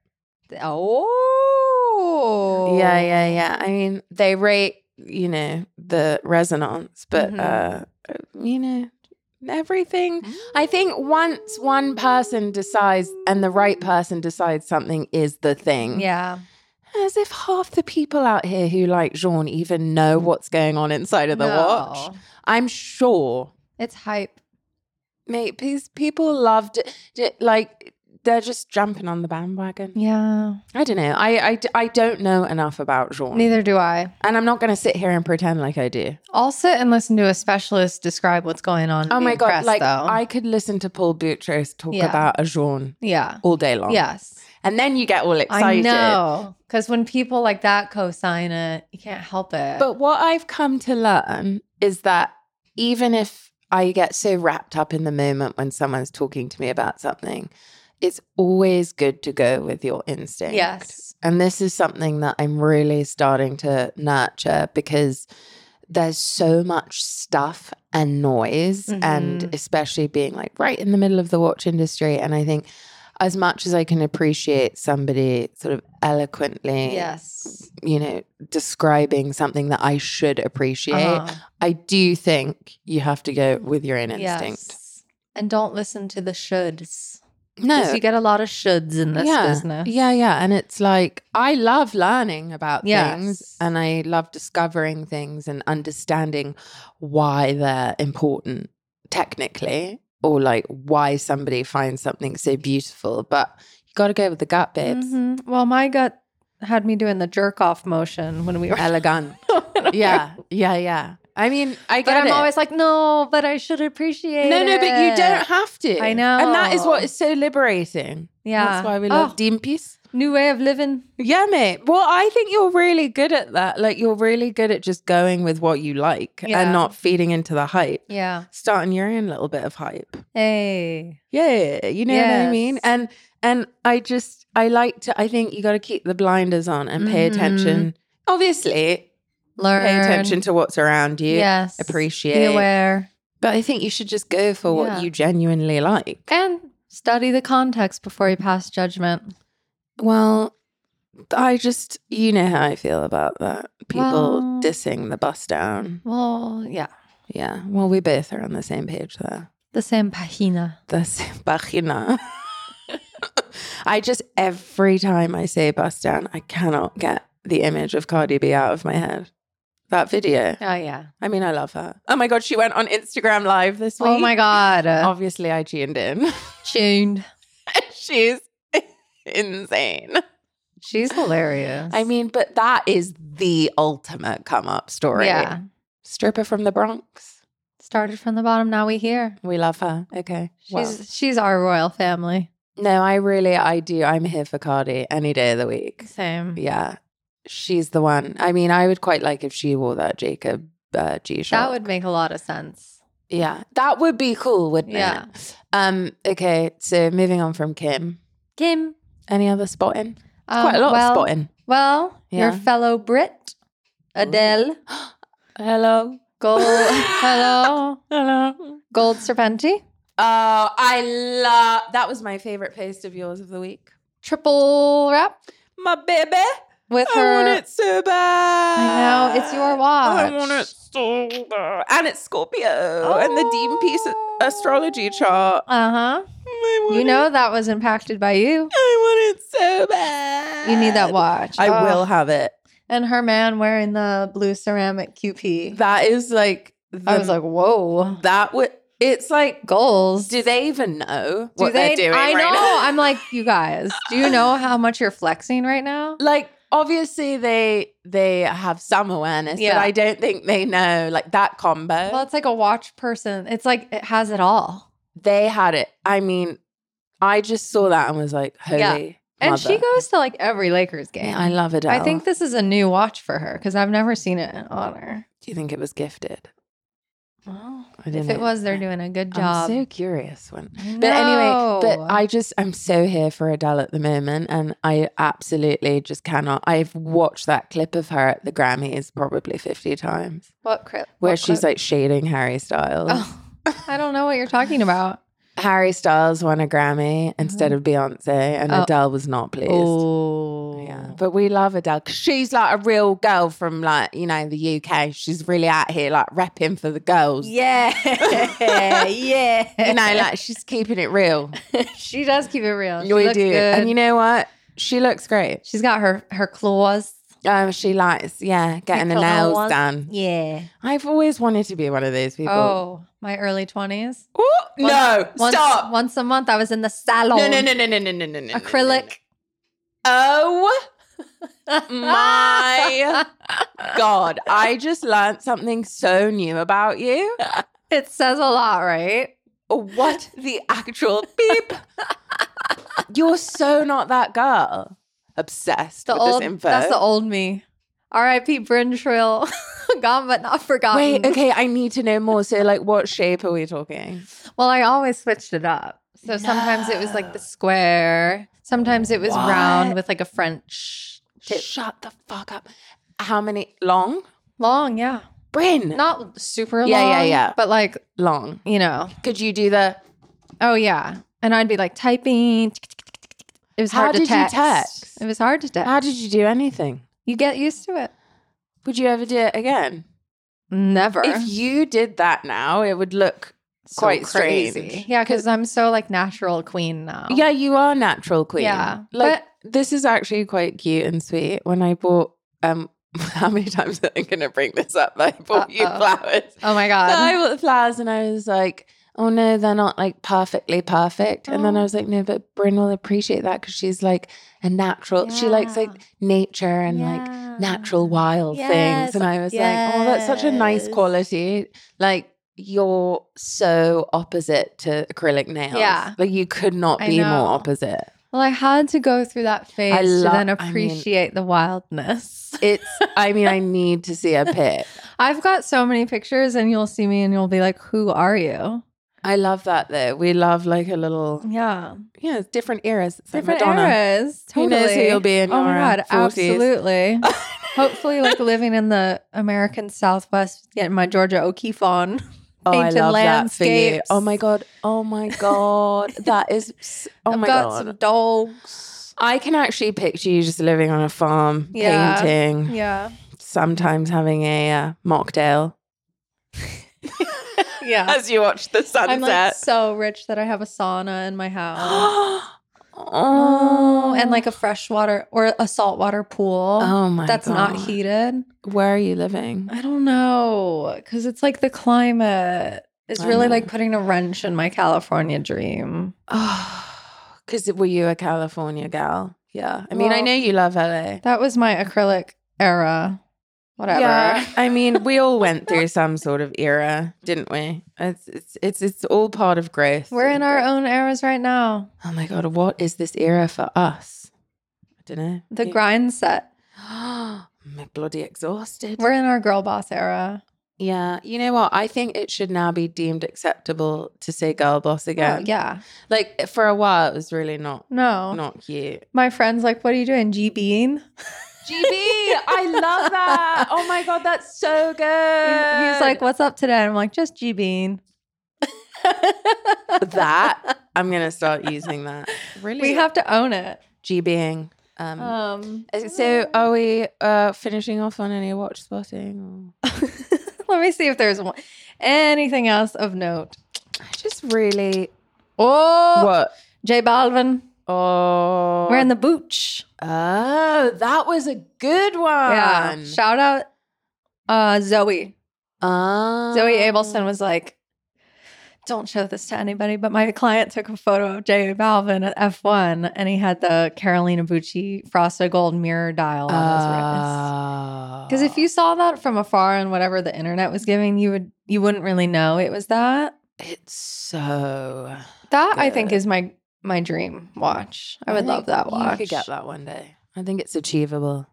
A: Oh.
B: Yeah, yeah, yeah. I mean, they rate, you know, the resonance, but
A: Mhm.
B: uh you know, everything.
A: Mm.
B: I think once one person decides and the right person decides something is the thing.
A: Yeah.
B: As if half the people out here who like Jean even know what's going on inside of the watch.
A: No.
B: I'm sure.
A: It's hype.
B: Mate, these people loved it. Like they're just jumping on the bandwagon.
A: Yeah.
B: I don't know. I, I, d- I don't know enough about Jean.
A: Neither do I.
B: And I'm not going to sit here and pretend like I do.
A: I'll sit and listen to a specialist describe what's going on. and
B: Oh
A: be
B: my God.
A: impressed,
B: Like,
A: though.
B: I could listen to Paul Boutros talk
A: Yeah.
B: about a Jean
A: yeah.
B: all day long.
A: Yes.
B: And then you get all excited.
A: I know. Because when people like that co-sign it, you can't help it.
B: But what I've come to learn is that even if I get so wrapped up in the moment when someone's talking to me about something, it's always good to go with your instinct.
A: yes.
B: And this is something that I'm really starting to nurture because there's so much stuff and noise, and
A: Mhm.
B: especially being like right in the middle of the watch industry. And I think as much as I can appreciate somebody sort of eloquently,
A: Yes.
B: you know, describing something that I should appreciate,
A: Uh-huh.
B: I do think you have to go with your own instinct.
A: Yes. And don't listen to the shoulds. 'Cause
B: No,
A: You get a lot of shoulds in this
B: yeah.
A: business.
B: Yeah, yeah. And it's like, I love learning about things
A: Yes.
B: and I love discovering things and understanding why they're important technically or like why somebody finds something so beautiful. But you got to go with the gut, babes.
A: Mhm. Well, my gut had me doing the jerk off motion when we were.
B: Elegant. yeah, yeah, yeah. I mean, I
A: But
B: get
A: I'm
B: it.
A: always like, no, but I should appreciate
B: no, no, but you
A: it."
B: don't have to.
A: I
B: And that is what
A: know.
B: is so liberating.
A: Yeah.
B: That's why we love
A: Oh,
B: Dean Peace.
A: new way of living.
B: Yeah, mate. Well, I think you're really good at that. Like, you're really good at just going with what you like
A: Yeah.
B: and not feeding into the hype.
A: Yeah.
B: Starting your own little bit of hype.
A: Hey.
B: Yeah, you know what I mean.
A: Yes.
B: And and I just I like to. I think you got to keep the blinders on and pay
A: Mhm.
B: attention. Obviously,
A: Learn.
B: pay attention to what's around you.
A: yes. Be
B: appreciate.
A: aware.
B: But I think you should just go for
A: Yeah.
B: what you genuinely like.
A: And study the context before you pass judgment.
B: Well, I just you know how I feel about that. People
A: Well-
B: dissing the bus down.
A: Well, yeah.
B: Yeah. Well, we both are on the same page there.
A: The same pagina.
B: The same página. I just every time I say bus down, I cannot get the image of Cardi B out of my head. That video.
A: Oh, yeah.
B: I mean, I love her. Oh my god, she went on Instagram live this week.
A: Oh, my God. Uh,
B: Obviously, I tuned in.
A: tuned.
B: She's insane.
A: She's hilarious.
B: I mean, but that is the ultimate come up story.
A: yeah.
B: Stripper from the Bronx.
A: Started from the bottom. Now we here.
B: We love her.
A: Oh,
B: Okay.
A: She's
B: Well,
A: she's our royal family.
B: no, I really, I do. I'm here for Cardi any day of the week.
A: Same.
B: Yeah. She's the one. I mean, I would quite like if she wore that Jacob uh, G
A: That
B: shot.
A: would make a lot of sense.
B: yeah. That would be cool, wouldn't
A: Yeah.
B: it? Um, okay. So moving on from Kim.
A: Kim.
B: Any other spotting?
A: um,
B: quite a lot
A: well,
B: of spotting.
A: Well, your
B: Yeah.
A: fellow Brit, Adele
B: Hello.
A: Gold, hello,
B: Hello.
A: Gold Serpenti,
B: Oh, I love that was my favorite post of yours of the week.
A: triple wrap
B: My baby.
A: with
B: I
A: her.
B: want it so bad.
A: I know it's your watch.
B: I want it so bad. And it's Scorpio and the Dean piece astrology chart.
A: Uh huh.
B: Oh. I want
A: You know
B: it.
A: that was impacted by you.
B: I want it so bad.
A: You need that watch. Ah.
B: I
A: Ugh.
B: will have it.
A: And her man wearing the blue ceramic QP.
B: That is like the,
A: I was like, whoa,
B: that would it's like
A: goals.
B: do they even know what are doing?
A: I know.
B: right now?
A: I'm like, you guys, do you know how much you're flexing right now?
B: like obviously they they have some awareness,
A: Yeah.
B: but I don't think they know like that combo.
A: Well, it's like a watch person. It's like it has it all.
B: they had it. I mean, I just saw that and was like, holy.
A: Yeah. And she
B: mother.
A: goes to like every Lakers game.
B: Yeah, I love it.
A: I think this is a new watch for her because I've never seen it on her.
B: Do you think it was gifted?
A: Well,
B: I
A: if it was, they're doing a good
B: I'm
A: job.
B: so curious when. But anyway, but I just I'm so here for Adele at the moment, and I absolutely just cannot. I've watched that clip of her at the Grammys probably fifty times,
A: what clip?
B: where
A: what
B: she's
A: clip?
B: like shading Harry Styles.
A: oh, I don't know what you're talking about.
B: Harry Styles won a Grammy instead of Beyonce, and
A: Oh.
B: Adele was not pleased.
A: Oh,
B: Yeah, but we love Adele 'cause she's like a real girl from like you know the UK. She's really out here like repping for the girls.
A: yeah, yeah.
B: You know, like she's keeping it real.
A: she does keep it real. She
B: we do,
A: looks good.
B: and you know what? She looks great.
A: she's got her her claws.
B: Um, she likes yeah getting her
A: Little
B: nails
A: nails.
B: done.
A: Yeah.
B: I've always wanted to be one of those people.
A: Oh, my early 20s.
B: Oh,
A: Once-
B: no,
A: Once,
B: stop.
A: Once a month, I was in the salon.
B: no, no, no, no, no, no, no, no, no.
A: Acrylic.
B: Oh my God. I just learned something so new about you.
A: It says a lot, right?
B: What the actual beep? You're so not that girl. Obsessed
A: The
B: with
A: old,
B: this info.
A: that's the old me. R.I.P. Bryn Trill, gone but not forgotten.
B: Wait, okay, I need to know more. So, like, what shape are we talking?
A: Well, I always switched it up. So sometimes it was like the square. Sometimes it was round
B: What?
A: with like a French tip.
B: Shut the fuck up. How many? Long?
A: Long, yeah.
B: Bryn.
A: Not super
B: Yeah,
A: long.
B: yeah, yeah.
A: But like,
B: long.
A: you know.
B: Could you do the
A: Oh yeah. And I'd be like typing. It was
B: How
A: hard to
B: did you
A: text.
B: text?
A: It was hard to text.
B: How did you do anything?
A: you get used to it.
B: Would you ever do it again?
A: Never.
B: If you did that now, it would look
A: So
B: quite strange.
A: Yeah, because I'm so like natural queen now.
B: Yeah, you are natural queen.
A: Yeah,
B: Like this is actually quite cute and sweet. When I bought um how many times am I gonna bring this up? That I bought you
A: Uh-oh.
B: flowers.
A: Oh my
B: So I
A: god.
B: bought the flowers and I was like, oh no, they're not like perfectly perfect. And then I
A: Oh.
B: was like, no, but Bryn will appreciate that because she's like a natural. She likes
A: Yeah.
B: like nature and like natural wild
A: Yes,
B: things. And I was like, oh, that's such a nice
A: yes.
B: quality. Like, you're so opposite to acrylic nails.
A: Yeah.
B: Like, you could not
A: I
B: be
A: know.
B: more opposite.
A: Well, I had to go through that phase
B: lo-
A: to then
B: I mean-
A: appreciate the wildness.
B: It's, I mean, I need to see a pic.
A: I've got so many pictures, and you'll see me and you'll be like, Who are you?
B: I love that though. We love like a little,
A: Yeah.
B: yeah, it's different eras. It's like
A: Different
B: Madonna.
A: eras.
B: Who
A: Totally.
B: knows who you'll be in
A: Oh
B: your,
A: my
B: uh,
A: God.
B: 40s?
A: Absolutely. Hopefully, like living in the American Southwest, getting my Georgia O'Keeffe on.
B: Oh, I
A: painted
B: love that for you.
A: landscapes.
B: Oh my god. Oh my god. that is. s- Oh
A: I've
B: my
A: got
B: god.
A: some dogs.
B: I can actually picture you just living on a farm,
A: Yeah.
B: painting,
A: Yeah.
B: sometimes having a uh, mocktail
A: Yeah.
B: as you watch the
A: I'm like
B: sunset.
A: so rich that I have a sauna in my house.
B: oh,
A: Oh, and like a freshwater or a saltwater pool
B: oh my
A: that's not
B: God.
A: heated.
B: Where are you living?
A: I don't know because it's like the climate is
B: I
A: really
B: know.
A: like putting a wrench in my California dream.
B: Oh, because were you a California gal? Yeah. I mean, I
A: Well,
B: know you love LA.
A: That was my acrylic era. Whatever.
B: Yeah, I mean, we all went through some sort of era, didn't we? It's it's it's, it's all part of growth.
A: We're in our own eras right now.
B: Oh my god, what is this era for us? I don't know.
A: The grind set.
B: I'm bloody exhausted.
A: We're in our girl boss era.
B: yeah, you know what? I think it should now be deemed acceptable to say girl boss
A: Yeah.
B: again.
A: yeah.
B: Like for a while, it was really not
A: No.
B: not cute.
A: My friend's like, what are you doing? G being?
B: GB, I love that. Oh my god, that's so good.
A: He's like, what's up today? And I'm like, just G being.
B: that. I'm gonna start using that. Really,
A: We have to own it.
B: GBing. Um,
A: Um
B: Uh, So are we uh, finishing off on any watch spotting? or-
A: let me see if there's one, anything else of note.
B: I just really
A: Oh
B: what?
A: J Balvin.
B: Oh,
A: We're in the booch.
B: oh, that was a good one.
A: yeah. Shout out uh Zoe.
B: Ah.
A: Zoe Abelson was like, don't show this to anybody, but my client took a photo of J Balvin at F1 and he had the Carolina Bucci frosted gold mirror dial on his wrist.
B: Ah.
A: Because if you saw that from afar and whatever the internet was giving, you would you wouldn't really know it was that.
B: it's so,
A: That I think
B: Good.
A: is my my dream watch. I would
B: think
A: love that watch.
B: You could get that one day. I think it's achievable.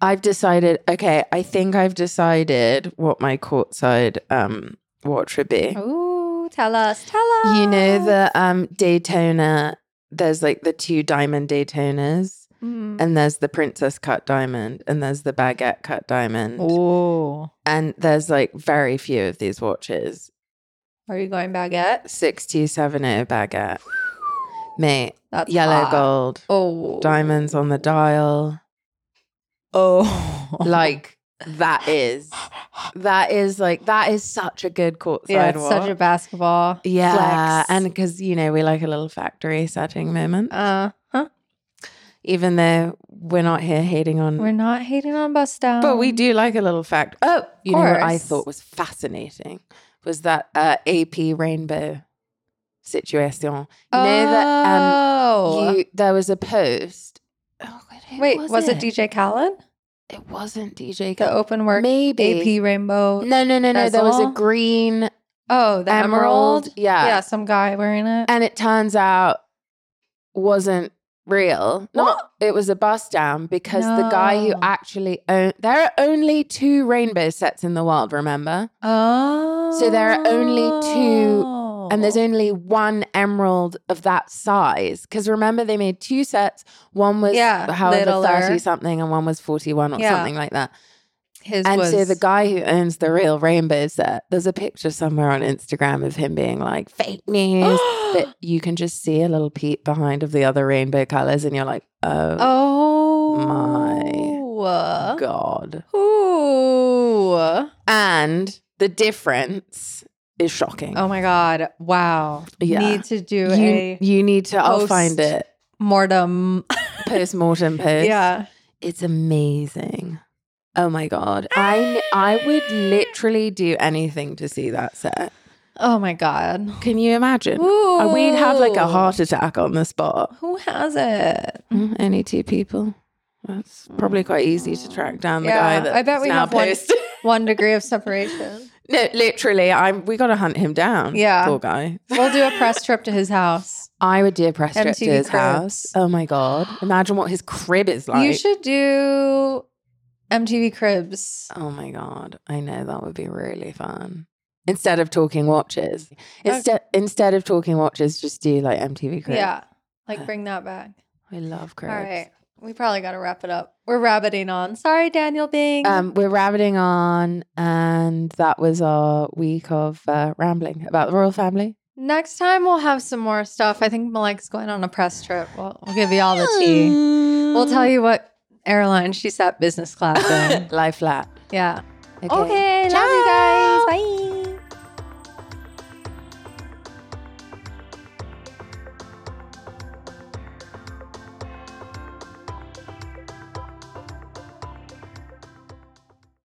B: I've decided. Okay, I think I've decided what my courtside um watch would be.
A: Ooh, tell us, tell us.
B: You know the um Daytona. There's like the two diamond Daytonas,
A: Mm.
B: and there's the princess cut diamond, and there's the baguette cut diamond,
A: Oh. Ooh.
B: and there's like very few of these watches.
A: Are you going baguette?
B: Six two seven oh baguette, mate.
A: That's
B: Yellow
A: hot.
B: gold,
A: Oh.
B: diamonds on the dial.
A: Oh.
B: Like that is that is like that is such a good courtside
A: yeah, it's such a
B: watch.
A: basketball.
B: yeah,
A: flex.
B: and because you know we like a little factory setting moment.
A: Uh huh.
B: even though we're not here hating on
A: We're not hating on bust down.
B: but we do like a little fact oh you know what i
A: course.
B: thought was fascinating was that uh, AP Rainbow situation.
A: Oh,
B: You know that um, you, there was a post. Oh, God, who
A: wait, was, it?
B: it
A: DJ Khaled?
B: It wasn't DJ.
A: The
B: Khaled.
A: open work
B: Maybe.
A: AP Rainbow.
B: No, no, no, no. There was a
A: Bezel?
B: green
A: Oh, the emerald.
B: emerald. Yeah.
A: Yeah, some guy wearing it.
B: And it turns out wasn't real. Not it was a bust down because the guy who
A: No.
B: actually owned there are only two rainbow sets in the world, remember?
A: Oh.
B: So there are only two, And there's only one emerald of that size. Because remember, they made two sets. One was
A: Yeah,
B: however
A: littler.
B: 30 something, and one was 41 or
A: Yeah.
B: something like that.
A: His
B: And
A: was,
B: so the guy who owns the real rainbow set, there's a picture somewhere on Instagram of him being like, fake news. but you can just see a little peep behind of the other rainbow colors, and you're like, oh,
A: oh.
B: my
A: My.
B: god!
A: Ooh.
B: And the difference is shocking.
A: Oh my God. Wow.
B: Yeah.
A: Need to do
B: you,
A: a
B: you need to. I'll
A: post-
B: find it.
A: mortem.
B: Post mortem post.
A: yeah.
B: it's amazing. Oh my god! I I would literally do anything to see that set.
A: Oh my God.
B: Can you imagine?
A: Ooh.
B: Uh, We'd have like a heart attack on the spot.
A: Who has it?
B: Mm, Only two people. That's probably quite easy to track down the guy.
A: Yeah,
B: That's
A: I bet we
B: now
A: have one-
B: posted.
A: One degree of separation.
B: No, literally, I'm. We got to hunt him down.
A: Yeah.
B: poor guy.
A: We'll do a press trip to his house.
B: I would do a press trip to
A: MTV
B: his house.
A: Cribs.
B: Oh my god! Imagine what his crib is like.
A: you should do MTV Cribs.
B: Oh my god! I know that would be really fun. Instead of talking watches, instead instead of talking watches, just do like MTV cribs.
A: Yeah. Like bring that back.
B: I love cribs.
A: All right. We probably got to wrap it up. We're rabbiting on. Sorry, Daniel Bing.
B: Um, we're rabbiting on, and that was our week of uh, rambling about the royal family.
A: Next time we'll have some more stuff. I think Malik's going on a press trip. We'll, we'll give you all the
B: Mm.
A: tea. We'll tell you what airline she sat business class in.
B: Lie flat.
A: yeah.
B: Okay.
A: Okay. Love you
B: Ciao.
A: guys.